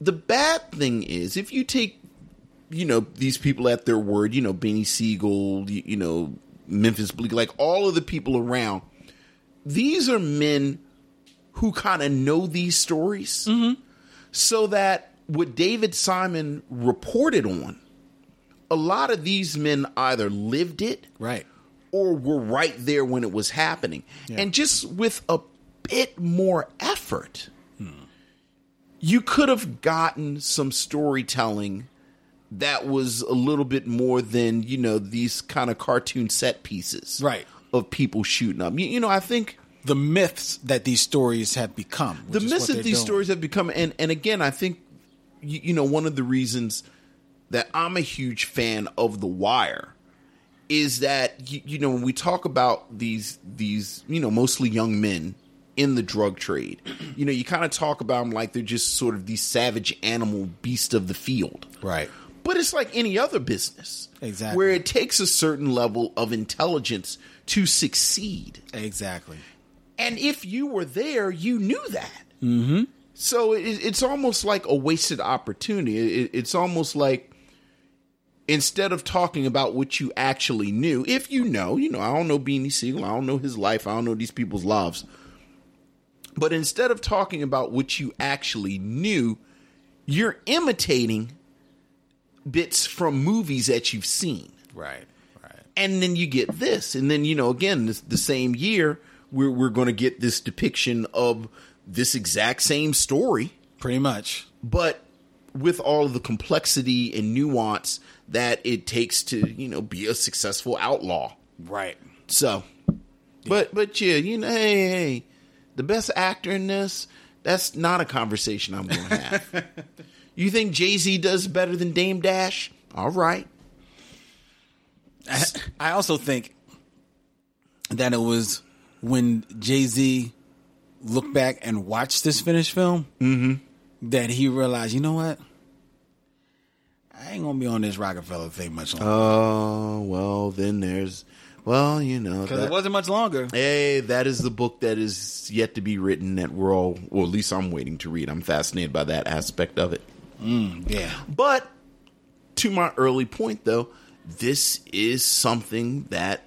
Speaker 2: The bad thing is, if you take, you know, these people at their word, you know, Benny Siegel, you, you know, Memphis Bleak, like all of the people around, these are men who kind of know these stories. So that what David Simon reported on, a lot of these men either lived it
Speaker 1: Right.
Speaker 2: or were right there when it was happening. And just with a bit more effort, you could have gotten some storytelling that was a little bit more than, you know, these kind of cartoon set pieces
Speaker 1: Right.
Speaker 2: of people shooting up. You, you know, I think
Speaker 1: The myths that these stories have become.
Speaker 2: the
Speaker 1: which is
Speaker 2: myths
Speaker 1: what
Speaker 2: that
Speaker 1: they're
Speaker 2: these
Speaker 1: doing.
Speaker 2: stories have become and and again i think you, you know one of the reasons that i'm a huge fan of the wire is that you, you know when we talk about these these you know mostly young men in the drug trade. You know, you kind of talk about them like they're just sort of these savage animal beast of the field.
Speaker 1: Right.
Speaker 2: But it's like any other business.
Speaker 1: Exactly.
Speaker 2: Where it takes a certain level of intelligence to succeed.
Speaker 1: Exactly.
Speaker 2: And if you were there, you knew that. Mm-hmm. So it, it's almost like a wasted opportunity. It, it's almost like instead of talking about what you actually knew, if you know, you know, I don't know Beanie Siegel, I don't know his life, I don't know these people's lives. But instead of talking about what you actually knew, you're imitating bits from movies that you've seen
Speaker 1: Right. Right.
Speaker 2: and then you get this and then you know again this, the same year we're, we're going to get this depiction of this exact same story
Speaker 1: Pretty much.
Speaker 2: but with all of the complexity and nuance that it takes to you know be a successful outlaw
Speaker 1: Right.
Speaker 2: so but but yeah you know hey, hey, the best actor in this that's not a conversation i'm going to have you think jay-z does better than dame dash all right
Speaker 1: I also think that it was when Jay Z looked back and watched this finished film that he realized, you know what? I ain't gonna be on this Rockefeller thing much longer
Speaker 2: Oh, well, then there's, well, you know,
Speaker 1: because
Speaker 2: that-
Speaker 1: it wasn't much longer.
Speaker 2: Hey, that is the book that is yet to be written that we're all, or at least I'm waiting to read. I'm fascinated by that aspect of it.
Speaker 1: Yeah,
Speaker 2: But to my early point, though, this is something that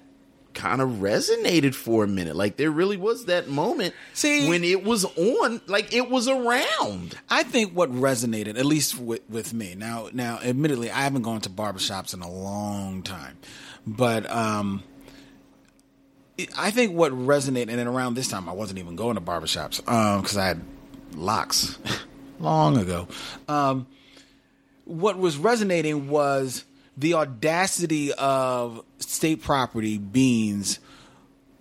Speaker 2: kind of resonated for a minute. Like there really was that moment
Speaker 1: See-
Speaker 2: when it was on, like it was around.
Speaker 1: I think what resonated, at least with, with me. Now, now, admittedly, I haven't gone to barbershops in a long time, but um, it- I think what resonated, and then around this time, I wasn't even going to barbershops because I had locks long ago. Um, what was resonating was the audacity of state property beans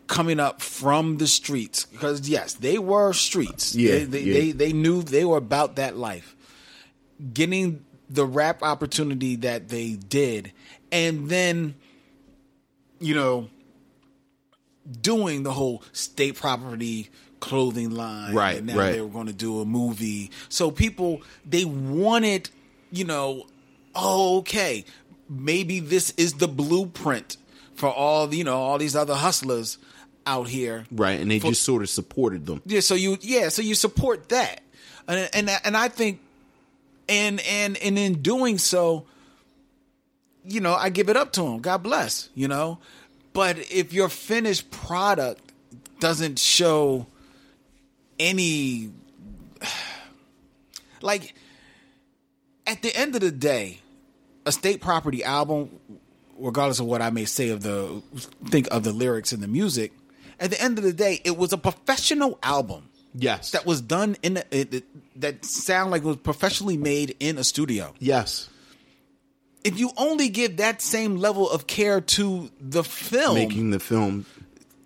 Speaker 1: coming up from the streets because yes they were streets
Speaker 2: Yeah,
Speaker 1: they, they,
Speaker 2: yeah.
Speaker 1: they they knew they were about that life getting the rap opportunity that they did and then you know doing the whole state property clothing line
Speaker 2: Right,
Speaker 1: and now
Speaker 2: right.
Speaker 1: they were going to do a movie so people they wanted you know oh, okay maybe this is the blueprint for all the, you know all these other hustlers out here
Speaker 2: Right. And they just sort of supported them.
Speaker 1: yeah, so you yeah, so you support that, and and and I think, and and and in doing so, you know, I give it up to him. God bless, you know, but if your finished product doesn't show any, like, at the end of the day, a state property album, regardless of what I may say of the think of the lyrics and the music, at the end of the day, it was a professional album
Speaker 2: Yes.
Speaker 1: that was done in a, it, it- that sound like it was professionally made in a studio.
Speaker 2: yes.
Speaker 1: If you only give that same level of care to the film,
Speaker 2: Making the film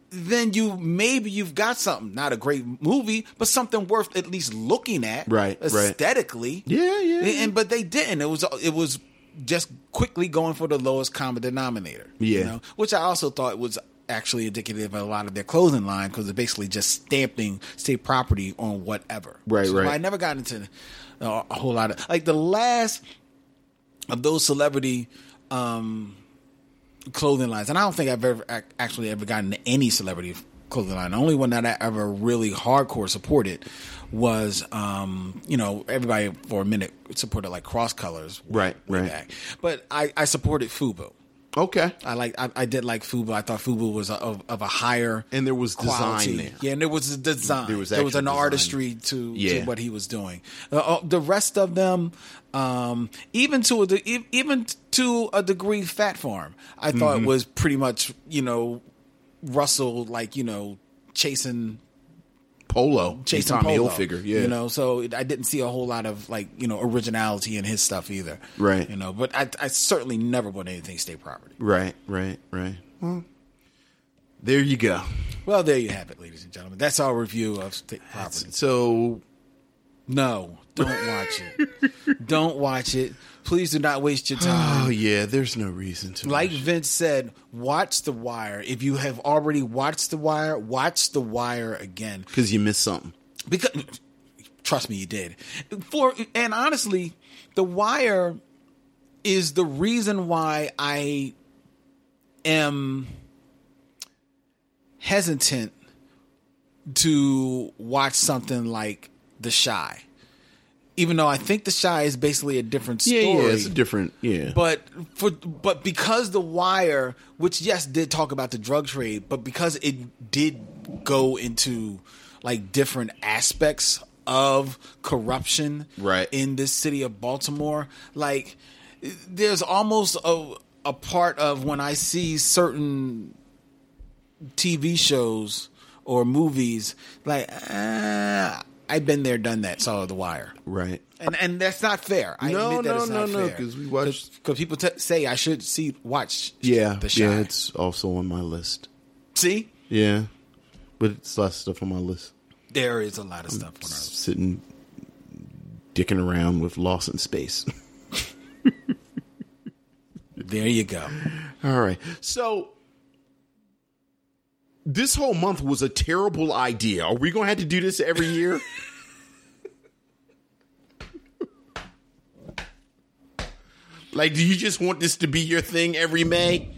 Speaker 1: then you maybe you've got something not a great movie, but something worth at least looking at,
Speaker 2: Right, right.
Speaker 1: Aesthetically,
Speaker 2: Yeah, yeah,
Speaker 1: And,
Speaker 2: yeah.
Speaker 1: and- but they didn't. It was it was just quickly going for the lowest common denominator.
Speaker 2: Yeah.
Speaker 1: which I also thought was actually indicative of a lot of their clothing line because they're basically just stamping state property on whatever.
Speaker 2: Right,
Speaker 1: So
Speaker 2: right.
Speaker 1: I never got into uh, a whole lot of like the last of those celebrity um, clothing lines, and I don't think I've ever ac- actually ever gotten to any celebrity clothing line. The only one that I ever really hardcore supported was, um, you know, everybody for a minute supported like Cross Colors, way-
Speaker 2: Right,
Speaker 1: way
Speaker 2: right.
Speaker 1: back. But I, I supported Fubo.
Speaker 2: Okay.
Speaker 1: I like I, I did like Fubu. I thought Fubu was a, of, of a higher
Speaker 2: And there was design
Speaker 1: quality.
Speaker 2: there.
Speaker 1: Yeah, and there was a design. There
Speaker 2: There
Speaker 1: was,
Speaker 2: was
Speaker 1: an
Speaker 2: actual design.
Speaker 1: artistry to, to
Speaker 2: Yeah.
Speaker 1: what he was doing. Uh, uh, the rest of them, um, even to a de- e- even to a degree, Fat Farm, I thought
Speaker 2: Mm-hmm.
Speaker 1: was pretty much you know Russell like you know chasing
Speaker 2: Polo.
Speaker 1: Jason
Speaker 2: Tommy
Speaker 1: Polo,
Speaker 2: Hilfiger. Yeah.
Speaker 1: you know. So it- I didn't see a whole lot of like you know originality in his stuff either,
Speaker 2: Right.
Speaker 1: You know, but I, I certainly never bought anything state property.
Speaker 2: Right, right, right. Well, there you go.
Speaker 1: Well, there you have it, ladies and gentlemen. That's our review of State Property.
Speaker 2: So
Speaker 1: No, don't watch it. don't watch it. Please do not waste your time.
Speaker 2: Oh yeah, there's no reason to.
Speaker 1: like
Speaker 2: rush.
Speaker 1: Vince said, watch The Wire. If you have already watched The Wire, watch The Wire again.
Speaker 2: Because you missed something.
Speaker 1: because trust me you did for and honestly the wire is the reason why i am hesitant to watch something like the shy even though i think the shy is basically a different story
Speaker 2: Yeah, yeah, it's a different. Yeah,
Speaker 1: but for but because the wire which yes did talk about the drug trade but because it did go into like different aspects of corruption
Speaker 2: Right.
Speaker 1: in this city of baltimore like there's almost a a part of when i see certain tv shows or movies like ah, i've been there done that saw the wire
Speaker 2: right.
Speaker 1: and and that's not fair. I
Speaker 2: No,
Speaker 1: admit that
Speaker 2: no,
Speaker 1: it's
Speaker 2: no,
Speaker 1: not
Speaker 2: no,
Speaker 1: fair.
Speaker 2: 'cause we watched-
Speaker 1: because people t- say I should see watch.
Speaker 2: Yeah,
Speaker 1: the Shy.
Speaker 2: yeah, it's also on my list.
Speaker 1: see,
Speaker 2: Yeah, but it's less stuff on my list.
Speaker 1: there is a lot
Speaker 2: Mm.
Speaker 1: of stuff. On our-
Speaker 2: Sitting, dicking around with Lost in Space.
Speaker 1: there you go.
Speaker 2: All right, so this whole month was a terrible idea. Are we going to have to do this every year? like, do you just want this to be your thing every May?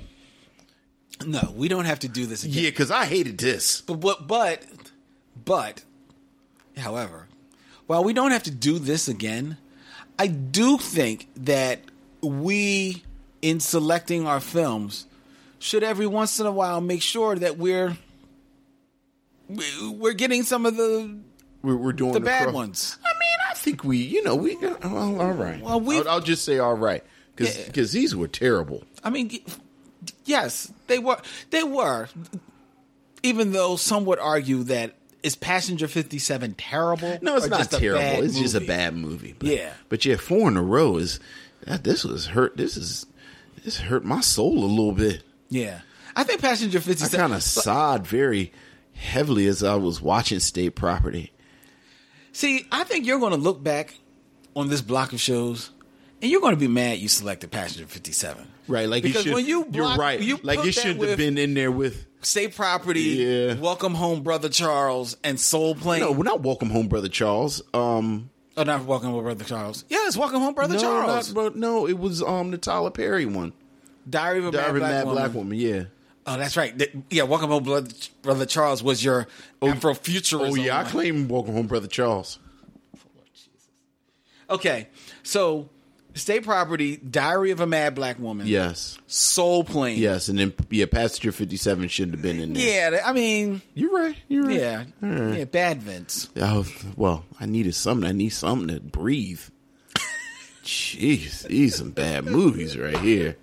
Speaker 1: No, we don't have to do this again.
Speaker 2: Yeah, because I hated this.
Speaker 1: But but but but, however, while we don't have to do this again, I do think that we, in selecting our films, should every once in a while make sure that we're we- we're getting some of the
Speaker 2: We're, we're doing
Speaker 1: the bad
Speaker 2: pro-
Speaker 1: ones.
Speaker 2: I mean, I think we, you know, we. Well, all right.
Speaker 1: Well, we've-
Speaker 2: I'll, I'll just say all right because
Speaker 1: Yeah.
Speaker 2: these were terrible.
Speaker 1: I mean, y- yes, they were. They were. Even though some would argue that is Passenger Fifty Seven terrible?
Speaker 2: No, it's
Speaker 1: or
Speaker 2: not
Speaker 1: just a bad
Speaker 2: terrible. It's just a
Speaker 1: movie?
Speaker 2: bad movie. But,
Speaker 1: Yeah.
Speaker 2: but yeah, four in a row is that. This was hurt. This is this hurt my soul a little bit.
Speaker 1: Yeah, I think Passenger Fifty
Speaker 2: I kind
Speaker 1: Seven.
Speaker 2: of sighed very heavily as I was watching State Property.
Speaker 1: See, I think you're going to look back on this block of shows, and you're going to be mad you selected Passenger Fifty Seven.
Speaker 2: Right, like
Speaker 1: Because
Speaker 2: you should.
Speaker 1: when you
Speaker 2: you're
Speaker 1: block-
Speaker 2: right.
Speaker 1: you
Speaker 2: like
Speaker 1: put
Speaker 2: you
Speaker 1: that
Speaker 2: shouldn't have
Speaker 1: with-
Speaker 2: been in there with.
Speaker 1: Say property.
Speaker 2: Yeah.
Speaker 1: Welcome home, brother Charles, and Soul Plane.
Speaker 2: No, we're not welcome home, brother Charles. Um,
Speaker 1: oh, not welcome home, brother Charles. Yes, welcome home, brother
Speaker 2: no,
Speaker 1: Charles.
Speaker 2: not- but no, it was um the Tyler Perry one.
Speaker 1: Diary of a
Speaker 2: Diary
Speaker 1: Mad
Speaker 2: of a
Speaker 1: Black,
Speaker 2: Mad
Speaker 1: Woman.
Speaker 2: Black Woman. Yeah.
Speaker 1: Oh, that's right. Th- Yeah, Welcome Home, Blood, Brother Charles was your Afrofuturism.
Speaker 2: Oh yeah, I
Speaker 1: one.
Speaker 2: claim Welcome Home, Brother Charles.
Speaker 1: Okay, so State Property, Diary of a Mad Black Woman,
Speaker 2: Yes,
Speaker 1: Soul Plane.
Speaker 2: yes, and then yeah, Passenger Fifty Seven shouldn't have been in there.
Speaker 1: yeah. th- I mean,
Speaker 2: you're right. You're right.
Speaker 1: yeah, yeah. Bad Vince.
Speaker 2: Oh well, I needed something. I need something to breathe. Jeez, these some bad movies right here.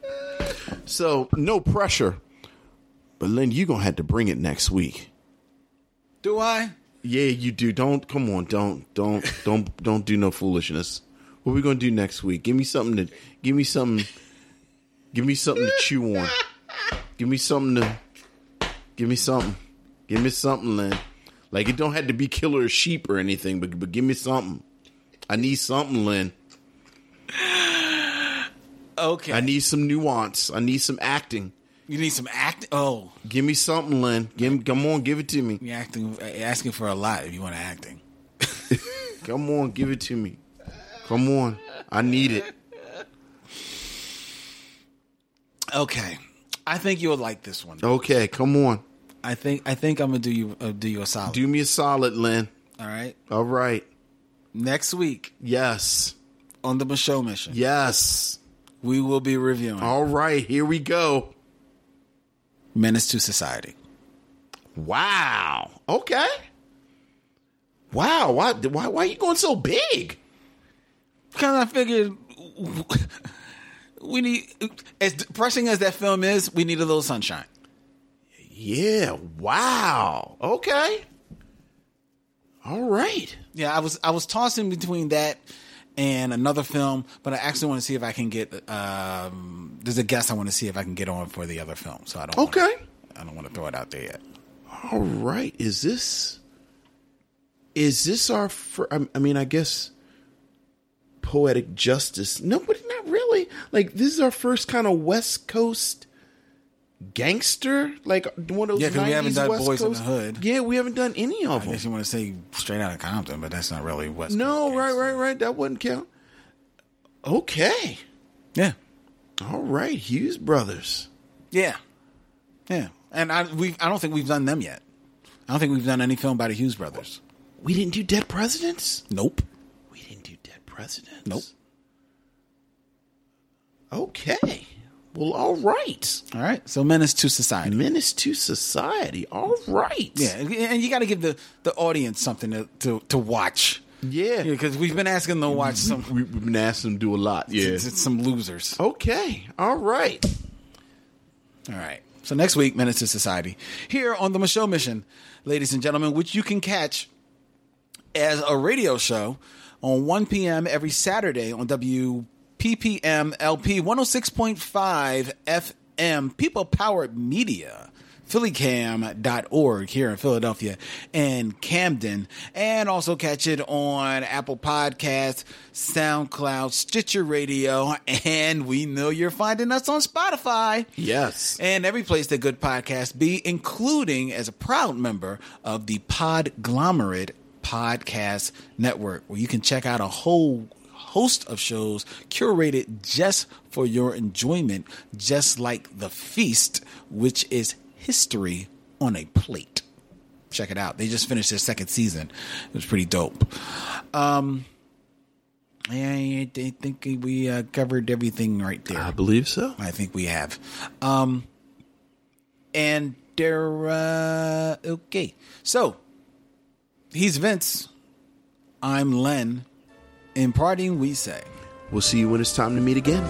Speaker 2: So no pressure, but Lynn, you gonna have to bring it next week.
Speaker 1: Do I?
Speaker 2: Yeah, you do. Don't come on. Don't don't don't don't do no foolishness. What we gonna do next week? Give me something to give me something. Give me something to chew on. Give me something to. Give me something. Give me something, Lynn. Like it don't have to be killer or sheep or anything, but but give me something. I need something, Lynn.
Speaker 1: Okay.
Speaker 2: I need some nuance. I need some acting.
Speaker 1: you need some acting. Oh,
Speaker 2: Give me something, Lynn. Give, come on, give it to me.
Speaker 1: you're acting, uh, asking for a lot if you want acting.
Speaker 2: Come on, give it to me. Come on, I need it.
Speaker 1: Okay, I think you'll like this one.
Speaker 2: Okay, come on.
Speaker 1: I think I think I'm gonna do you uh, do you a solid.
Speaker 2: Do me a solid, Lynn.
Speaker 1: All right,
Speaker 2: All right.
Speaker 1: next week
Speaker 2: Yes.
Speaker 1: on the Michelle Mission,
Speaker 2: Yes.
Speaker 1: we will be reviewing
Speaker 2: All right. Here we go.
Speaker 1: Menace to Society.
Speaker 2: Wow. Okay. Wow. Why? Why? Why are you going so big?
Speaker 1: Because I figured we need, as depressing as that film is, we need a little sunshine.
Speaker 2: Yeah. Wow. Okay. All right.
Speaker 1: Yeah, I was I was tossing between that and another film, but I actually want to see if I can get. Um, there's a guest I want to see if I can get on for the other film, so I don't. wanna-
Speaker 2: Okay.
Speaker 1: I don't want to throw it out there yet.
Speaker 2: All right. Is this? Is this our? Fir- I I mean, I guess. Poetic justice. No, but not really? Like this is our first kind of West Coast gangster, like one of those.
Speaker 1: Yeah, 'cause we haven't
Speaker 2: 90s
Speaker 1: done
Speaker 2: West
Speaker 1: Boys in the
Speaker 2: Coast-
Speaker 1: Hood.
Speaker 2: Yeah, we haven't done any of
Speaker 1: I
Speaker 2: them.
Speaker 1: guess you want to say straight out of Compton, but that's not really West.
Speaker 2: No,
Speaker 1: Coast
Speaker 2: right,
Speaker 1: gangster.
Speaker 2: right, right. That wouldn't count. Okay,
Speaker 1: Yeah,
Speaker 2: all right, Hughes Brothers.
Speaker 1: yeah, yeah. And I we I don't think we've done them yet. I don't think we've done any film by the Hughes brothers.
Speaker 2: We didn't do Dead Presidents.
Speaker 1: Nope.
Speaker 2: We didn't do Dead Presidents.
Speaker 1: Nope.
Speaker 2: Okay. Well, all right.
Speaker 1: All right. So menace to society.
Speaker 2: Menace to society. All right.
Speaker 1: Yeah, and- and you got to give the, the audience something to, to, to watch.
Speaker 2: Yeah.
Speaker 1: because we've been asking them to watch some
Speaker 2: We- We've been asking them to do a lot. Yeah.
Speaker 1: s- s- some losers.
Speaker 2: Okay. All right.
Speaker 1: All right. So next week, Menace to Society, here on the Michelle Mission, ladies and gentlemen, which you can catch as a radio show on 1 p.m. every Saturday on WPPM LP 106.5 FM, People Powered Media, phillycam.org here in Philadelphia and Camden, and also catch it on Apple Podcasts, SoundCloud, Stitcher Radio, and we know you're finding us on Spotify
Speaker 2: Yes.
Speaker 1: and every place that good podcasts be, including as a proud member of the Podglomerate Podcast Network, where you can check out a whole host of shows curated just for your enjoyment, just like The Feast, which is history on a plate. Check it out. They just finished their second season. It was pretty dope. Um, I I think we uh, covered everything right there.
Speaker 2: I believe so.
Speaker 1: I think we have. Um, and they're uh, okay. So he's Vince. I'm Len. In parting, we say.
Speaker 2: We'll see you when it's time to meet again.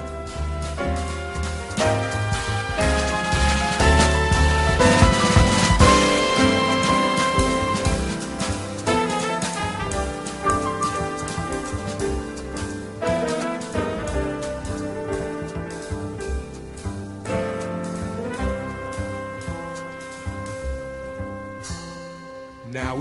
Speaker 11: Now